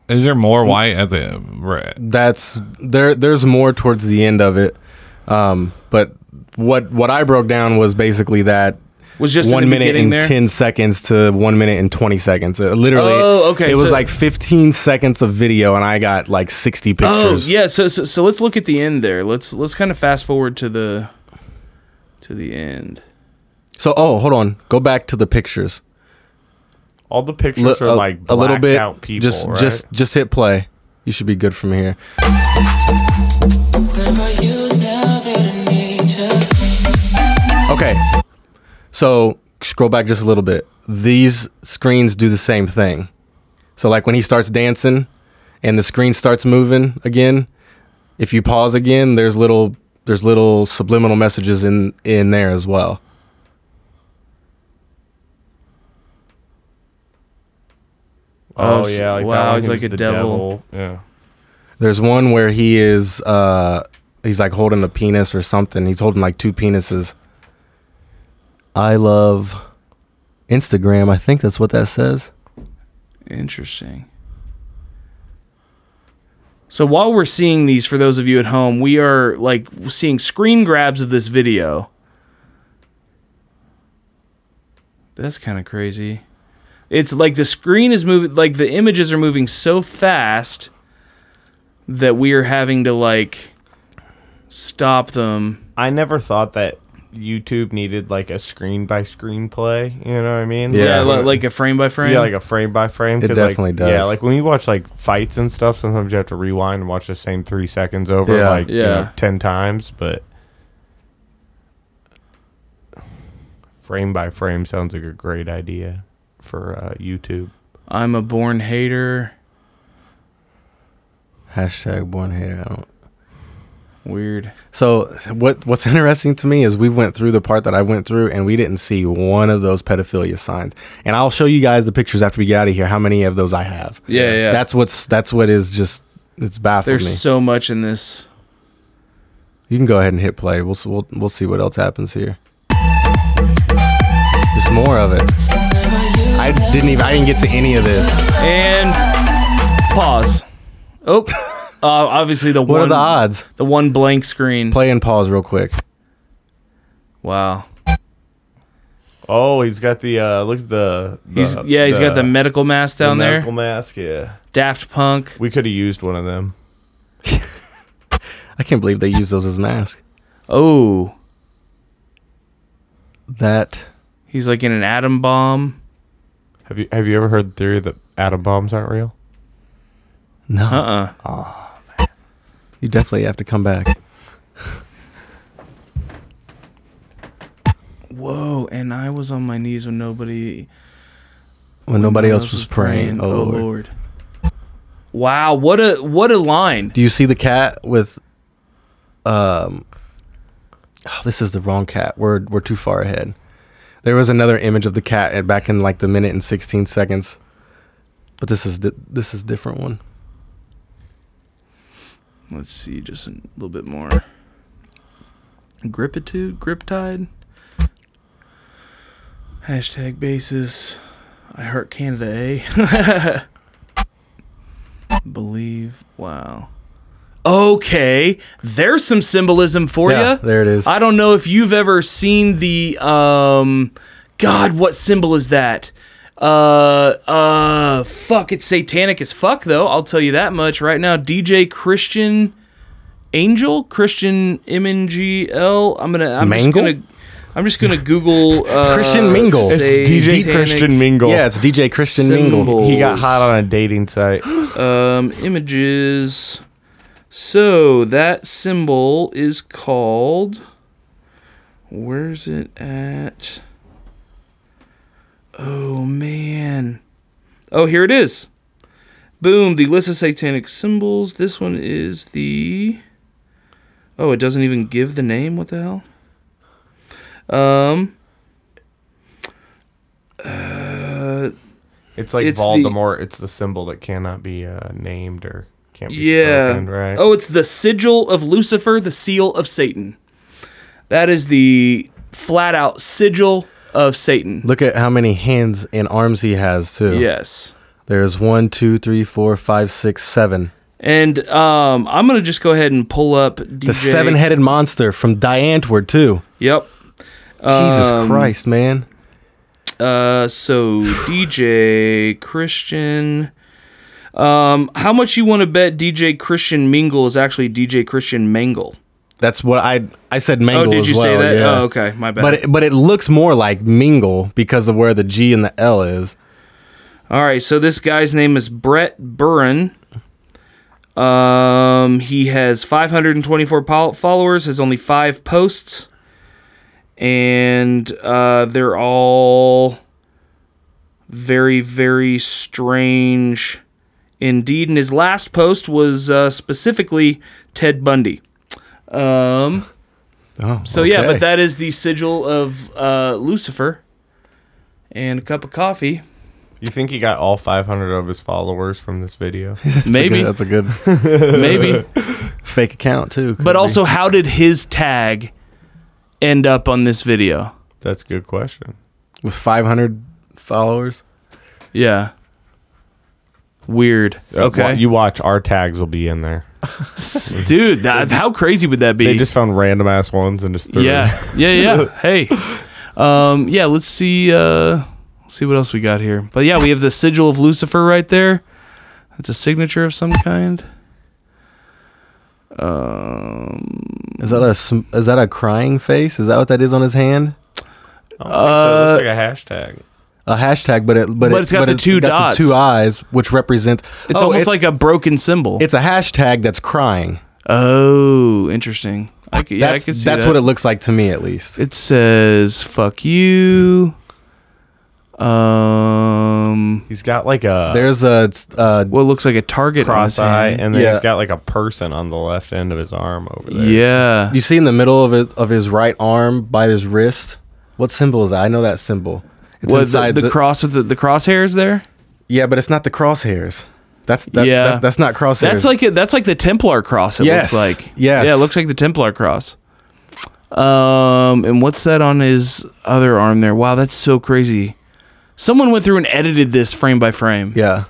S1: Is there more
S3: Mm.
S1: white at the red?
S2: That's there. There's more towards the end of it, um, but what what I broke down was basically that
S3: Was just in
S2: one
S3: the
S2: minute
S3: beginning
S2: and
S3: there?
S2: 10 seconds to one minute and 20 seconds. Uh, literally,
S3: Oh, okay,
S2: it was
S3: so-
S2: like 15 seconds of video, and I got like 60
S3: Oh
S2: pictures.
S3: yeah, so, so so let's look at the end there. Let's let's kind of fast forward to the to the end.
S2: So, oh, hold on. Go back to the pictures.
S5: All the pictures
S2: Look,
S5: are like blacked
S2: a little bit.
S5: out people,
S2: just,
S5: right?
S2: just, just hit play. You should be good from here. Okay. So scroll back just a little bit. These screens do the same thing. So like when he starts dancing and the screen starts moving again, if you pause again, there's little there's little subliminal messages in in there as well.
S5: oh
S3: Oh,
S5: yeah, like
S3: wow,
S5: that one,
S3: he's
S5: he
S3: like
S5: was
S3: a
S5: the
S3: devil.
S5: Yeah.
S2: There's one where he is uh he's like holding a penis or something. He's holding like two penises. I love Instagram. I think that's what that says.
S3: Interesting. So while we're seeing these, for those of you at home, we are like seeing screen grabs of this video. That's kind of crazy. It's like the screen is moving, like the images are moving so fast that we are having to like stop them.
S5: I never thought that YouTube needed like a screen by screen play. You know what I mean?
S3: Yeah,
S2: Yeah.
S3: li- like a frame by frame.
S5: Yeah, like a frame by frame.
S2: It
S5: 'cause, like,
S2: definitely
S5: Yeah,
S2: does.
S5: like when you watch like fights and stuff, sometimes you have to rewind and watch the same three seconds over
S2: Yeah.
S5: like you
S3: Yeah.
S5: know, ten times, but frame by frame sounds like a great idea for uh, YouTube.
S3: I'm a born hater.
S2: Hashtag born hater. I don't
S3: Weird.
S2: So what what's interesting to me is we went through the part that I went through and we didn't see one of those pedophilia signs. And I'll show you guys the pictures after we get out of here how many of those I have.
S3: Yeah, yeah.
S2: That's what's that's what is just it's baffling
S3: There's
S2: me.
S3: so much in this.
S2: you can go ahead and hit play. We'll s- we'll we'll see what else happens here. us more of it. I didn't even I didn't get to any of this.
S3: And pause. Oh, uh, obviously the
S2: What
S3: one
S2: are the odds?
S3: the one blank screen.
S2: Play and pause real quick.
S3: Wow.
S5: Oh, he's got the uh, look at the, the
S3: He's yeah, he's got the medical mask down
S5: the
S3: there.
S5: medical mask. Yeah,
S3: Daft Punk.
S5: we could have used one of them.
S2: I can't believe they use those as masks.
S3: Oh,
S2: That
S3: he's like in an atom bomb.
S5: Have you have you ever heard the theory that atom bombs aren't real?
S2: no,
S3: Uh uh
S2: you definitely have to come back.
S3: Whoa, and I was on my knees when nobody
S2: When nobody else was praying. Oh, Lord.
S3: Wow, what a what a line.
S2: Do you see the cat with um oh, this is the wrong cat. We're we're too far ahead. There was another image of the cat at- back in like the minute and 16 seconds. But this is di- this is different one.
S3: Let's see just a little bit more. Gripitude, griptide. Hashtag basis. I heart Canada, eh? Believe. Wow. Okay, there's some symbolism for
S2: Yeah,
S3: you.
S2: there it is.
S3: I don't know if you've ever seen the um God, what symbol is that? Uh uh fuck, it's satanic as fuck though. I'll tell you that much right now. DJ Christian Angel Christian MNGL. I'm gonna I'm
S2: Mangle?
S3: just gonna I'm just gonna Google uh,
S2: Christian Mingle. It's
S5: It's DJ
S3: satanic
S5: Christian Mingle.
S2: Yeah, it's DJ Christian Mingle.
S5: he got
S3: symbols.
S5: hot on a dating site.
S3: Um, images. So that symbol is called. Where's it at? Oh man. Oh, here it is. Boom, the list of satanic symbols. This one is the. Oh, it doesn't even give the name. What the hell? Um,
S5: It's like
S3: It's the-
S5: Voldemort. it's the symbol that cannot be uh, named or can't be
S3: yeah.
S5: spoken, right?
S3: Oh, it's the sigil of Lucifer, the seal of Satan. That is the flat out sigil of Satan.
S2: Look at how many hands and arms he has too.
S3: Yes.
S2: There's one, two, three, four, five, six, seven.
S3: And um, I'm gonna just go ahead and pull up DJ.
S2: The seven-headed monster from Diantward too.
S3: Yep.
S2: Jesus
S3: Um,
S2: Christ, man!
S3: Uh, so DJ Christian. Um, how much you want to bet DJ Christian Mingle is actually DJ Christian Mangle?
S2: That's what I I said. Mangle.
S3: oh, did
S2: as
S3: you
S2: well,
S3: say that?
S2: yeah.
S3: Oh, okay, my bad.
S2: But it, but it looks more like mingle because of where the G and the L is.
S3: All right, so this guy's name is Brett Burren. Um, he has 524 pol- followers, has only five posts, and uh, they're all very, very strange indeed. And his last post was uh, specifically Ted Bundy. Um,
S2: Oh,
S3: so yeah,
S2: okay.
S3: but that is the sigil of uh, Lucifer and a cup of coffee.
S5: You think he got all 500 of his followers from this video?
S3: Maybe,
S2: that's a good
S3: maybe.
S2: fake account too. could
S3: But
S2: be.
S3: also, how did his tag end up on this video?
S5: That's a good question.
S2: with 500 followers.
S3: Yeah. Weird. Okay.
S5: You watch our tags will be in there.
S3: Dude, that, how crazy would that be?
S5: They just found random ass ones and just threw
S3: yeah. yeah, yeah. Hey. Um, yeah, let's see uh let's see what else we got here. But yeah, we have the sigil of Lucifer right there. That's a signature of some kind. Um,
S2: Is that a sm- is that a crying face? Is that what that is on his hand?
S5: Uh, so that's like a hashtag.
S2: A hashtag, but it but,
S3: But
S2: it,
S3: it's got the two
S2: got
S3: dots.
S2: the two eyes, which represent.
S3: It's
S2: oh,
S3: almost like a broken symbol.
S2: it's a hashtag that's crying.
S3: oh, interesting. I c- yeah,
S2: that's
S3: I can see
S2: that's
S3: that.
S2: what it looks like to me, at least.
S3: It says "fuck you." Um,
S5: He's got like a
S2: There's a uh,
S3: what looks like a target on his
S5: cross eye,
S3: hand.
S5: and then
S2: Yeah.
S5: he's got like a person on the left end of his arm over there.
S3: yeah,
S2: you see in the middle of it of his right arm by his wrist. What symbol is that? I know that symbol. It's
S3: what, the,
S2: inside
S3: the, cross with the, the crosshairs there.
S2: Yeah, but it's not the crosshairs. That's that,
S3: Yeah.
S2: that's, that's not crosshairs.
S3: That's like it. That's like the Templar cross. It
S2: Yes,
S3: looks like.
S2: yes.
S3: Yeah, it looks like the Templar cross. Um, and what's that on his other arm there? Wow, that's so crazy. Someone went through and edited this frame by frame.
S2: Yeah.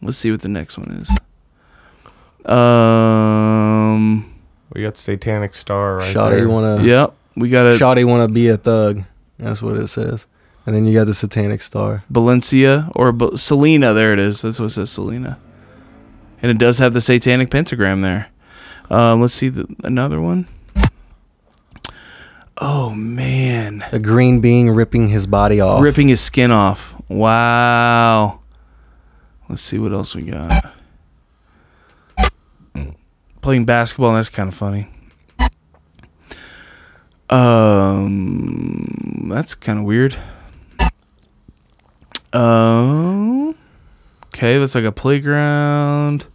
S3: Let's see what the next one is. Um.
S5: We got Satanic Star right
S2: Shoddy
S5: there.
S2: wanna
S3: Yep. We got a
S2: Shoddy wanna be a thug. That's what it says. And then you got the satanic star.
S3: Balencia or Ba- Selena. There it is. That's what it says, Selena. And it does have the satanic pentagram there. Um, let's see the, another one. Oh man,
S2: A green being ripping his body
S5: Oh.
S2: off.
S3: ripping his skin off. Wow. Let's see what else we got.
S5: Mm.
S3: Playing basketball. That's kind of funny. Um, that's kind of weird. Um, okay, that's like a playground.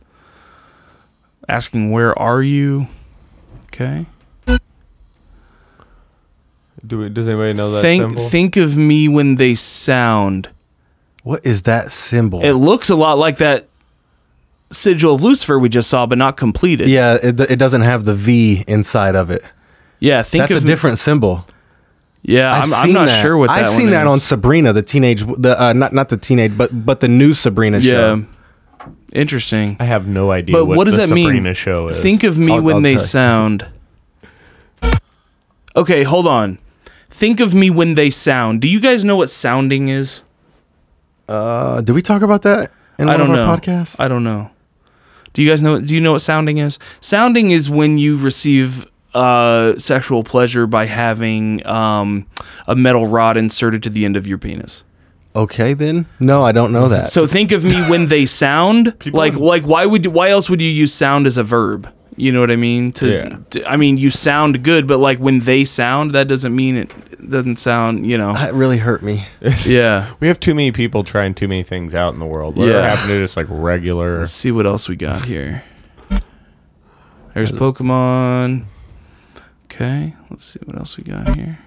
S3: Asking where are you? Okay.
S5: Do we, does anybody know that
S3: Think
S5: symbol?
S3: think of me when they sound.
S2: What is that symbol?
S3: It looks a lot like that sigil of Lucifer we just saw, but not completed.
S2: yeah, it, it doesn't have the V inside of it.
S3: yeah. Think
S2: That's
S3: of
S2: a different symbol.
S3: Yeah,
S2: I've
S3: I'm, I'm
S2: seen
S3: not
S2: that.
S3: sure what that
S2: I've seen
S3: one
S2: that on
S3: is.
S2: Sabrina, the teenage, the uh, not not the teenage, but but the new Sabrina
S3: yeah,
S2: show.
S3: interesting.
S5: I have no idea
S3: But
S5: what,
S3: what does
S5: the
S3: that mean?
S5: Sabrina show is.
S3: Think of me
S2: I'll-
S3: when
S2: I'll
S3: they
S2: tell you.
S3: sound. Okay, hold on. Think of me when they sound. Do you guys know what sounding is?
S2: Uh, did we talk about that in one
S3: I don't
S2: of
S3: know.
S2: our podcasts?
S3: I don't know. Do you guys know? Do you know what sounding is? Sounding is when you receive uh, sexual pleasure by having um, a metal rod inserted to the end of your penis.
S2: okay, then. No, I don't know that.
S3: Mm-hmm. So think of me when they sound. like like why would why else would you use sound as a verb? You know what I mean? To,
S5: Yeah.
S3: to- I mean you sound good, but like when they sound, that doesn't mean it doesn't sound. You know?
S2: that really hurt me.
S3: yeah.
S5: we have too many people trying too many things out in the world. Whatever
S3: Yeah.
S5: happened to just like regular?
S3: Let's see what else we got here. There's Pokemon. Okay, let's see what else we got here.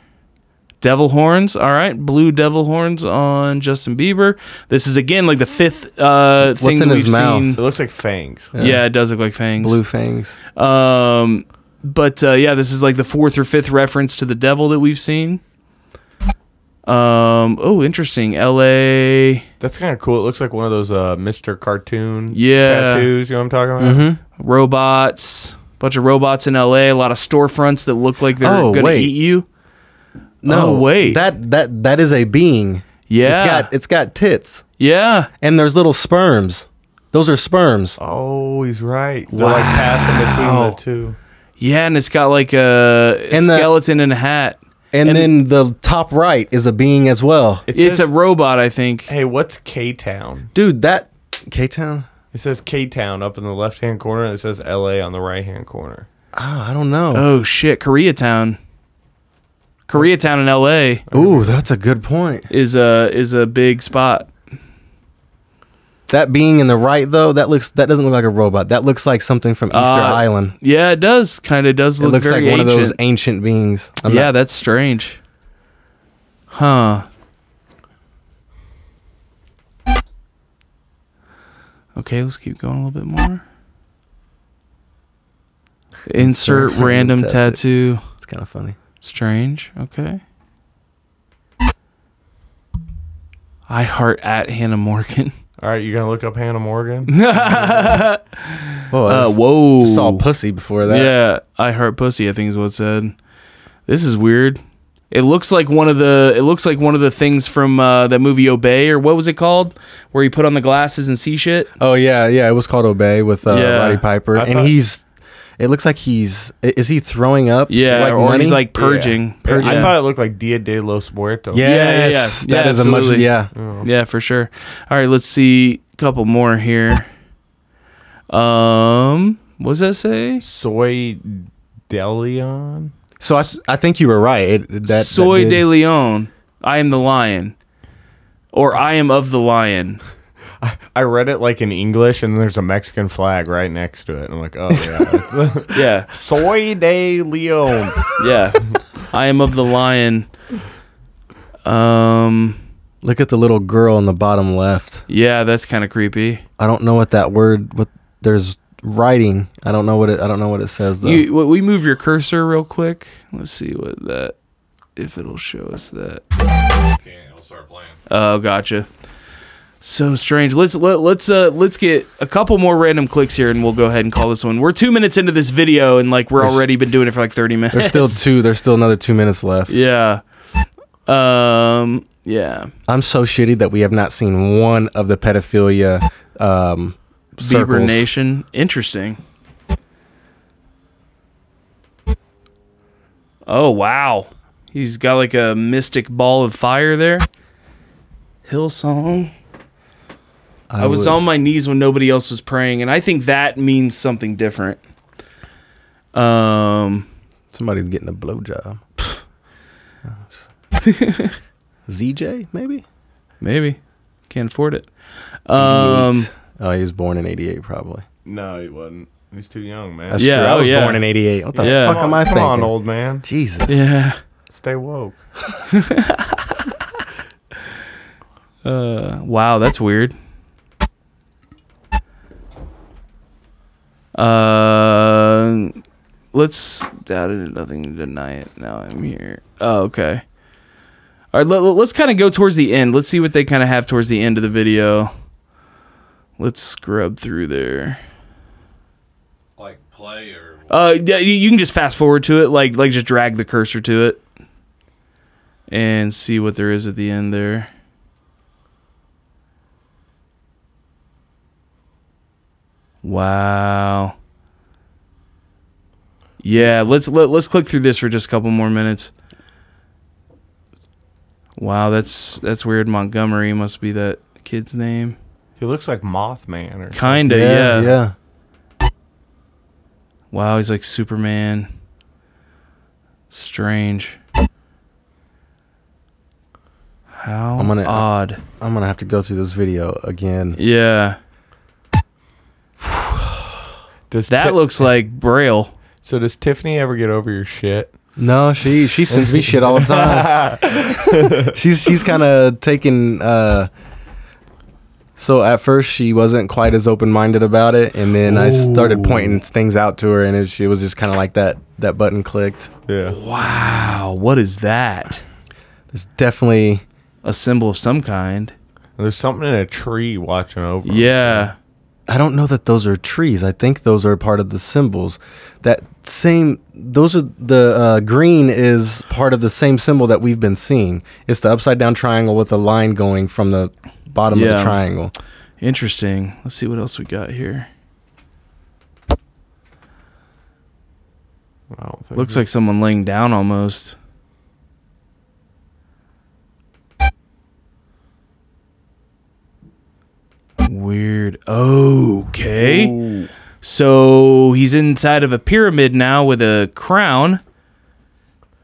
S3: Devil horns, all right. Blue devil horns on Justin Bieber. This is again like the fifth uh, thing
S2: in
S3: that
S2: his
S3: we've
S2: mouth?
S5: It
S3: seen.
S5: looks like fangs.
S3: Yeah. it does look like fangs.
S2: Blue fangs.
S3: Um, but uh, yeah, this is like the fourth or fifth reference to the devil that we've seen. Um, oh, interesting. L.A.
S5: That's kind of cool. It looks like one of those uh, Mr. Cartoon
S3: Yeah. Mm-hmm.
S5: tattoos. You know what I'm talking about?
S3: robots, bunch of robots in L.A. A lot of storefronts that look like they're
S2: Oh,
S3: gonna
S2: wait.
S3: eat you.
S2: No,
S3: Oh, wait.
S2: That that that is a being.
S3: Yeah,
S2: It's got it's got tits
S3: yeah,
S2: and there's little sperms. Those are sperms.
S5: Oh, he's right. They're like passing between the two.
S3: yeah, and it's got like a
S2: And the-
S3: skeleton in a hat.
S2: And,
S3: and-
S2: then the top right is a being as well.
S5: It
S3: It's a
S5: says-
S3: robot, I think.
S5: Hey, what's K Town?
S2: Dude, that K Town?
S5: It says K Town up in the left hand corner. and It says L.A. on the right hand corner.
S2: Oh, I don't know.
S3: Oh shit, Koreatown. Koreatown in L.A.
S2: Ooh, that's a good point.
S3: is a is a big spot.
S2: That being in the right though, that looks that doesn't look like a robot. That looks like something from Easter
S3: Uh,
S2: Island.
S3: Yeah, it does. Kind of does
S2: It
S3: look
S2: looks like
S3: very
S2: one of those
S3: ancient.
S2: ancient beings. I'm
S3: yeah,
S2: not-
S3: that's strange. Huh. Okay, let's keep going a little bit more. Insert random tattoo.
S2: it's kind of funny.
S3: Strange. Okay. I heart at Hannah Morgan.
S5: All right, you gonna look up Hannah Morgan?
S2: Whoa, I
S3: Uh,
S2: just-
S3: whoa.
S2: just saw pussy before that.
S3: Yeah, I heart pussy. I think is what it said. This is weird. It looks like one of the. It looks like one of the things from uh, that movie Obey or what was it called, where he put on the glasses and see shit.
S2: Oh yeah, yeah. It was called Obey with uh,
S3: Yeah.
S2: Roddy Piper,
S5: I
S2: and
S5: thought-
S2: he's. It looks like he's. i- Is he throwing up?
S3: Yeah,
S2: like
S3: or
S2: money?
S3: he's like purging.
S5: Yeah.
S3: Purging.
S5: I thought it looked like Dia de los Muertos.
S3: yeah, yeah.
S2: Yes,
S3: Yeah,
S2: that is a much.
S3: absolutely.
S2: Yeah,
S3: Yeah, for sure. All right, let's see a couple more here. Um, what does that say?
S5: Soy Delion.
S2: So I, I think you were right. It, that- that
S3: Soy
S2: did-
S3: de Leon. I am the lion, or I am of the lion.
S5: I read it like in English, and there's a Mexican flag right next to it. I'm like, oh yeah,
S3: Yeah,
S5: Soy de Leon.
S3: yeah. I am of the lion. Um.
S2: Look at the little girl in the bottom left.
S3: Yeah, that's kind of creepy.
S2: I don't know what that word. What there's writing. I don't know what it. I don't know what it says though.
S3: You, w- we move your cursor real quick. Let's see what that, if it'll show us that.
S1: Okay, I'll start playing.
S3: Oh, gotcha. So strange. Let's let, let's uh let's get a couple more random clicks here, and we'll go ahead and call this one. We're two minutes into this video, and like we're
S2: There's-
S3: already been doing it for like thirty minutes.
S2: there's still two. There's still another two minutes left.
S3: yeah. Um. Yeah.
S2: I'm so shitty that we have not seen one of the pedophilia um,
S3: Bieber
S2: circles.
S3: Nation. Interesting. Oh wow. He's got like a mystic ball of fire there. Hillsong. I, was
S2: wish.
S3: on my knees when nobody else was praying, and I think that means something different. Um
S2: Somebody's getting a blowjob. ZJ maybe.
S3: maybe. Can't afford it. Um
S2: Eight. oh, he was born in '88 probably.
S5: No, he wasn't. He's too young, man.
S2: That's
S3: Yeah,
S2: true. I
S3: oh,
S2: was
S3: yeah.
S2: born in '88. What the
S3: Yeah.
S2: fuck am I
S5: Come
S2: thinking?
S5: on, old man.
S2: Jesus.
S3: Yeah.
S5: Stay woke.
S3: Uh, wow, that's weird. Uh, let's doubted it, nothing to deny it. Now I'm here. Oh, okay. All right, let, let- let's kind of go towards the end. Let's see what they kind of have towards the end of the video. Let's scrub through there.
S1: Like play or
S3: Uh, yeah, you you can just fast forward to it, like like just drag the cursor to it, and see what there is at the end there. Wow. Yeah, let's let, let's click through this for just a couple more minutes. Wow, that's that's weird. Montgomery must be that kid's name.
S5: He looks like Mothman or
S3: Kinda, yeah.
S2: yeah. yeah.
S3: Wow, he's like Superman. Strange. How
S2: I'm gonna- uh,
S3: odd.
S2: I'm gonna have to go through this video again.
S3: Yeah.
S5: Does
S3: That
S5: Ti-
S3: looks like Braille.
S5: So does Tiffany ever get over your shit?
S2: No, she she sends me shit all the time. she's she's kind of taking. Uh, so at first she wasn't quite as open minded about it, and then I started pointing things out to her, and it, she was just kind of like that. That button clicked.
S5: Yeah.
S3: Wow, what is that?
S2: It's definitely
S3: A symbol of some kind.
S5: There's something in a tree watching over. him.
S3: Yeah.
S2: I don't know that those are trees. I think those are part of the symbols. That same, those are the uh, green is part of the same symbol that we've been seeing. It's the upside down triangle with a line going from the bottom of
S3: Yeah.
S2: the triangle.
S3: Interesting. Let's see what else we got here.
S5: I don't think.
S3: Looks like someone laying down almost. Weird. Okay. So he's inside of a pyramid now with a crown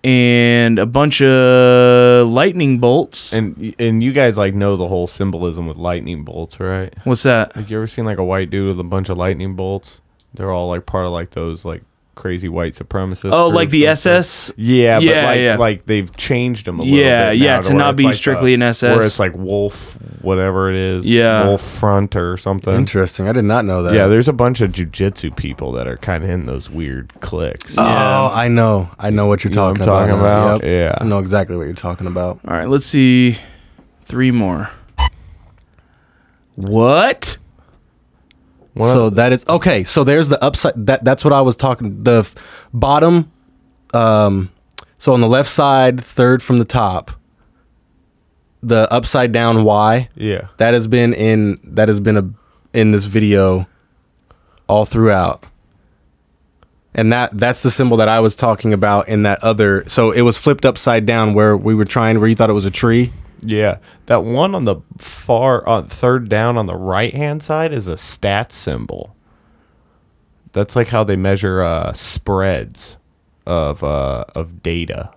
S3: and a bunch of lightning bolts.
S5: And and you guys like know the whole symbolism with lightning bolts, right?
S3: What's that?
S5: Like you ever seen like a white dude with a bunch of lightning bolts? They're all like part of like those like crazy white supremacist.
S3: Oh, like
S5: groups
S3: the
S5: and stuff.
S3: SS?
S5: Yeah,
S3: Yeah,
S5: but like
S3: yeah.
S5: like they've changed them a little
S3: Yeah,
S5: bit.
S3: yeah,
S5: now
S3: to
S5: where
S3: not
S5: it's
S3: be
S5: like
S3: strictly
S5: a-
S3: an SS.
S5: Where it's like wolf, whatever it is.
S3: Yeah.
S5: wolf front or something.
S2: Interesting. I did not know that.
S5: Yeah, there's a bunch of jujitsu people that are kind of in those weird cliques.
S2: Oh, I know. I know what you're
S5: You know what
S2: talking,
S5: I'm talking
S2: about. now.
S5: about? Yeah.
S2: I know exactly what you're talking about.
S3: All right, let's see. Three more. What?
S5: One
S2: so
S5: of-
S2: that is okay. So there's the upside. That that's what I was talking. The f- bottom, um, so on the left side, third from the top. The upside down Y
S5: yeah,
S2: that has been in that has been a in this video all throughout. And that that's the symbol that I was talking about in that other. So it was flipped upside down where we were trying where you thought it was a tree.
S5: yeah. That one on the far on third down on the right hand side is a stat symbol. That's like how they measure uh, spreads of uh, of data.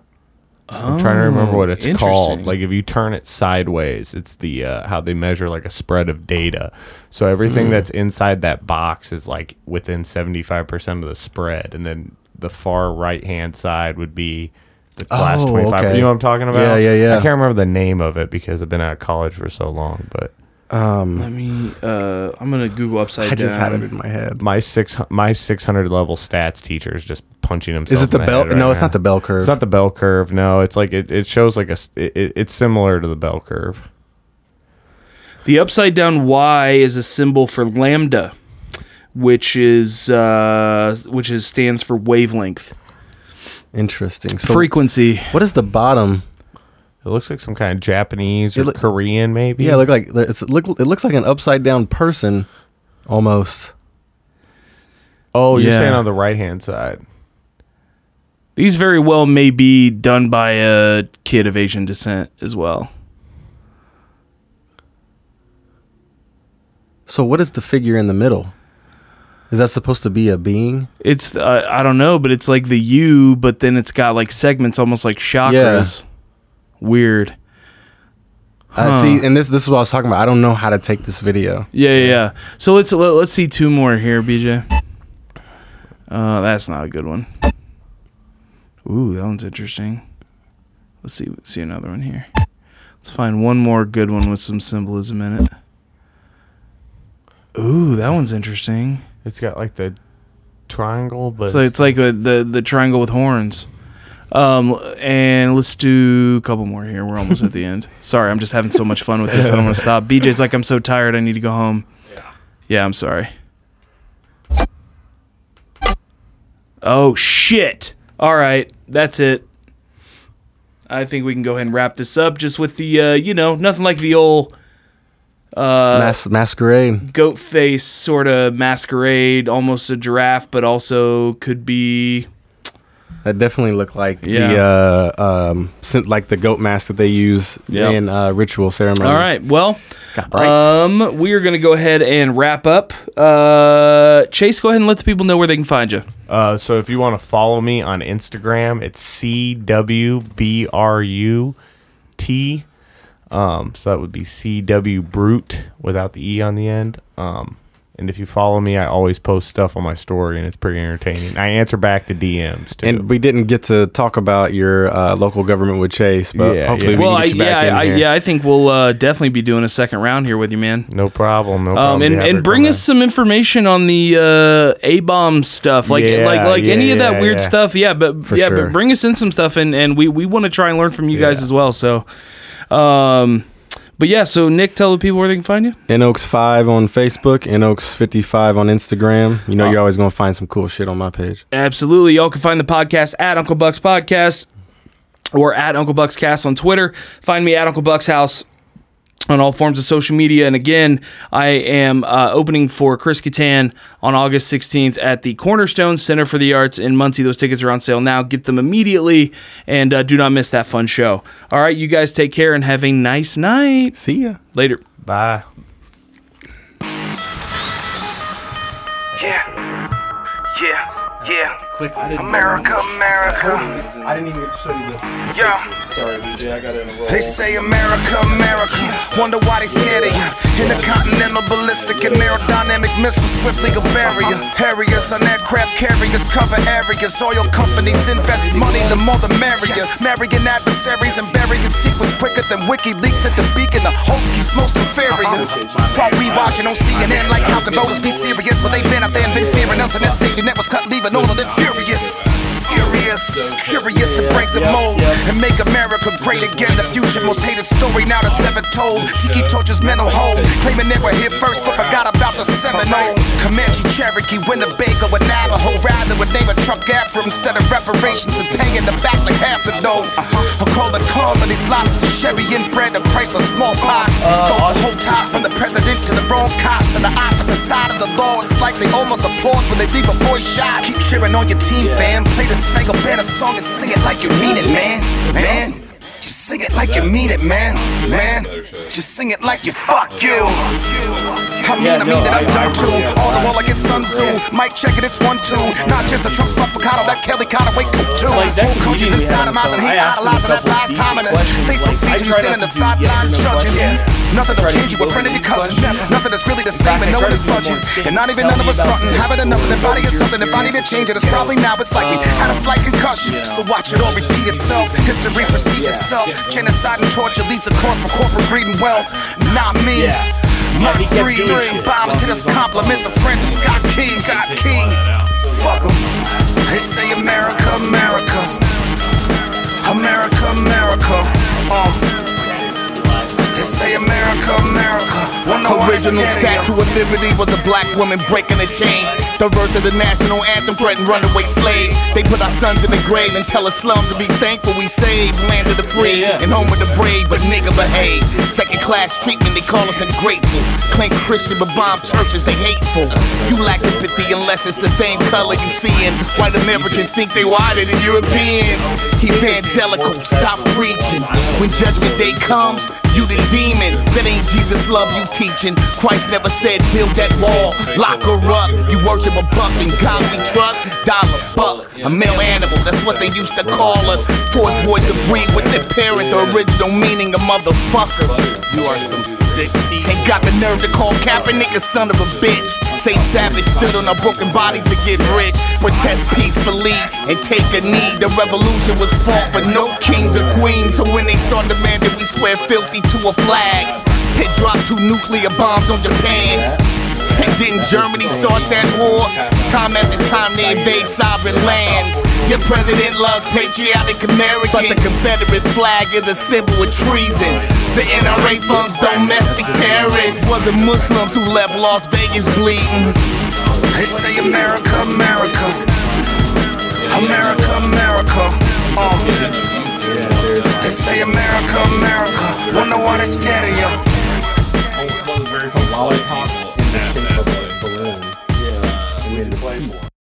S5: I'm trying to remember what
S2: Oh,
S5: it's called.
S3: interesting.
S5: Like if you turn it sideways, it's the uh, how they measure like a spread of data. So
S2: Hmm.
S5: everything that's inside that box is like within 75% of the spread, and then the far right hand side would be the last
S2: Oh,
S5: 25.
S2: okay.
S5: You know what I'm talking about?
S2: Yeah, yeah, yeah.
S5: I can't remember the name of it because I've been out of college for so long, but
S3: Let me. Uh, I'm gonna Google upside
S2: I just
S3: down.
S2: had it in my head.
S5: My six my six hundred level stats teacher is just punching himself.
S2: Is it the
S5: in
S2: bell?
S5: head right
S2: no, it's
S5: now.
S2: not the bell curve.
S5: It's not the bell curve. No, it's like it, it shows like a. s- It, it- it's similar to the bell curve.
S3: The upside down Y is a symbol for lambda, which is uh, which is stands for wavelength,
S2: Interesting. So
S3: frequency.
S2: what is the bottom?
S5: It looks like some kind of Japanese or
S2: It look-
S5: Korean, maybe.
S2: Yeah, it look like it's look. It looks like an upside down person, almost.
S5: oh, you're
S3: Yeah.
S5: saying on the right hand side.
S3: These very well may be done by a kid of Asian descent as well.
S2: So what is the figure in the middle? Is that supposed to be a being?
S3: It's uh, I don't know, but it's like the U, but then it's got like segments, almost like chakras. Weird.
S2: I see, and this this is what I was talking about. I don't know how to take this video.
S3: Yeah, yeah, yeah. So let's let, let's see two more here, BJ. Uh, that's not a good one. Ooh, that one's interesting. Let's see see another one here. Let's find one more good one with some symbolism in it. Ooh, that one's interesting.
S5: It's got like the triangle, but
S3: So it's like a, the the triangle with horns. Um, and let's do a couple more here. We're almost at the end. Sorry, I'm just having so much fun with this. I don't want to stop. BJ's like, I'm so tired. I need to go home. Yeah, I'm sorry. Oh shit! All right, that's it. I think we can go ahead and wrap this up just with the uh, you know nothing like the old uh,
S2: Mas- masquerade.
S3: goat face sort of masquerade, almost a giraffe, but also could be.
S2: That definitely looked like the
S3: Yeah.
S2: uh, um, syn- like the goat mask that they use
S3: Yeah.
S2: in uh, ritual ceremonies.
S3: All right. Well,
S2: bright.
S3: um, we are going to go ahead and wrap up. Uh, Chase, go ahead and let the people know where they can find you.
S5: Uh, so if you want to follow me on Instagram, it's C W B R U T. Um, so that would be C W Brute without the E on the end. Um, and if you follow me, I always post stuff on my story, and it's pretty entertaining. I answer back to DMs too.
S2: And we didn't get to talk about your uh, local government with Chase, but
S5: Yeah,
S2: hopefully
S5: yeah.
S2: we
S3: well, I,
S2: can get you
S3: yeah,
S2: back
S3: I, I,
S2: in here.
S3: yeah, I think we'll uh, definitely be doing a second round here with you, man.
S5: no problem. No problem.
S3: Um, and,
S5: Yeah,
S3: and
S5: they're
S3: bring
S5: coming.
S3: us some information on the uh, A bomb stuff, like
S5: Yeah,
S3: like like any of
S5: yeah,
S3: that weird
S5: yeah.
S3: stuff. Yeah, but
S2: For
S3: yeah,
S2: sure.
S3: but bring us in some stuff, and and we we want to try and learn from you guys
S5: Yeah.
S3: as well. So, um, but yeah, so Nick, tell the people where they can find you.
S2: In Oaks five on Facebook, In Oaks fifty five on Instagram. You know, you're always gonna find some cool shit on my page.
S3: Absolutely. Y'all can find the podcast at Uncle Bucks Podcast or at Uncle Bucks Cast on Twitter. Find me at Uncle Bucks House on all forms of social media. And again, I am uh, opening for Chris Kattan on August 16th at the Cornerstone Center for the Arts in Muncie. Those tickets are on sale now. Get them immediately and uh, do not miss that fun show. All right, you guys take care and have a nice night.
S2: See ya.
S3: Later.
S5: Bye.
S7: Yeah. Yeah. Yeah. America, America.
S2: I didn't even get to show you this.
S7: Yeah.
S3: Sorry, DJ, I got to enroll.
S7: They say America, America. Wonder why they scared of you. Intercontinental ballistic and aerodynamic missiles swiftly a barrier. Harriers on aircraft carriers cover areas. Oil companies invest money, the more the merrier. Marrying adversaries and burying secrets quicker than WikiLeaks at the beacon. The hope keeps most inferior. While we watching on CNN, like how the voters be serious, but they been out there and been fearing us, and that safety net was cut, leaving all of them furious furious, curious to break the mold and make America great again. The future most hated story now that's ever told. Tiki Torches mental hold, claiming they were here first but forgot about the Seminole. Comanche, Cherokee, Winnebago, and Navajo. Rather would name a truck after 'em instead of reparations and paying the back like half the dough. I call the cause of these lots to Chevy and bread of Chrysler smallpox. Exposed the whole top from the president to the wrong cops and the opposite side of the law. It's like they almost applaud when they leave a boy shot. Keep cheering on your team, fam. Play the Spangled Banner song and sing it like you mean it, man. Man. Just sing it like you mean it, man. Man. Just sing it like you fuck you. I mean, I mean that I'm done too. All the wall against Sun Tzu. Mike check it, it's one two. Not just the Trump's fuck Picado, that Kelly Cotta wake up too. Whole coaches been sodomizing, he idolizing that last time. And the Facebook feature you stand on the sideline judging. Nothing to change you, a friend of your cousin. Nothing that's really the same, and no one is budging. And not even none of us fronting. Having enough of their body is something. If I need to change it, it's probably now. It's like we had a slight concussion. So watch it all repeat itself. History precedes itself. Genocide and torture leads a cause for corporate greed and wealth. Not me. Mach
S8: he kept
S7: 3,
S8: doing shit.
S7: bombs hit us compliments of Francis Scott Key. Scott Key. Fuck 'em. They say America, America. America, America. Uh. They say America, America. Wonder why they
S9: Original
S7: scared of ya.
S9: Statue of Liberty was a black woman breaking the chains. The verse of the national anthem threatened runaway slaves. They put our sons in the grave and tell us slums to be thankful we saved. Land of the free
S8: Yeah, yeah.
S9: and home of the brave, but nigga behave. Second class treatment, they call us ungrateful. Claim Christian but bomb churches, they hateful. You lack empathy unless it's the same color you seeing. White Americans think they wider than Europeans. Evangelical, stop preaching. When judgment day comes, you the demon. That ain't Jesus love you teaching. Christ never said build that wall, lock her up. You worship a buck and God we trust. Dollar buck, a male animal. That's what they used to call us. Force boys to breed with their parent. The original meaning of motherfucker. You are some sick people. Ain't got the nerve to call Kaepernick a son of a bitch. Saint Savage stood on our broken bodies to get rich. Protest peacefully and take a knee. The revolution was fought for no kings or queens. So when they start demanding we swear filthy to a flag, they drop two nuclear bombs on Japan. And didn't Germany start that war? Time after time they invade sovereign lands. Your president loves patriotic Americans, but the Confederate flag is a symbol of treason. The NRA funds domestic terrorists. Wasn't Muslims who left Las Vegas bleeding.
S7: They say America, America. America, America. Uh. They say America, America. Wonder why they scared of ya.
S8: Lollipop in the shape of a balloon. Yeah. And we had to play for it.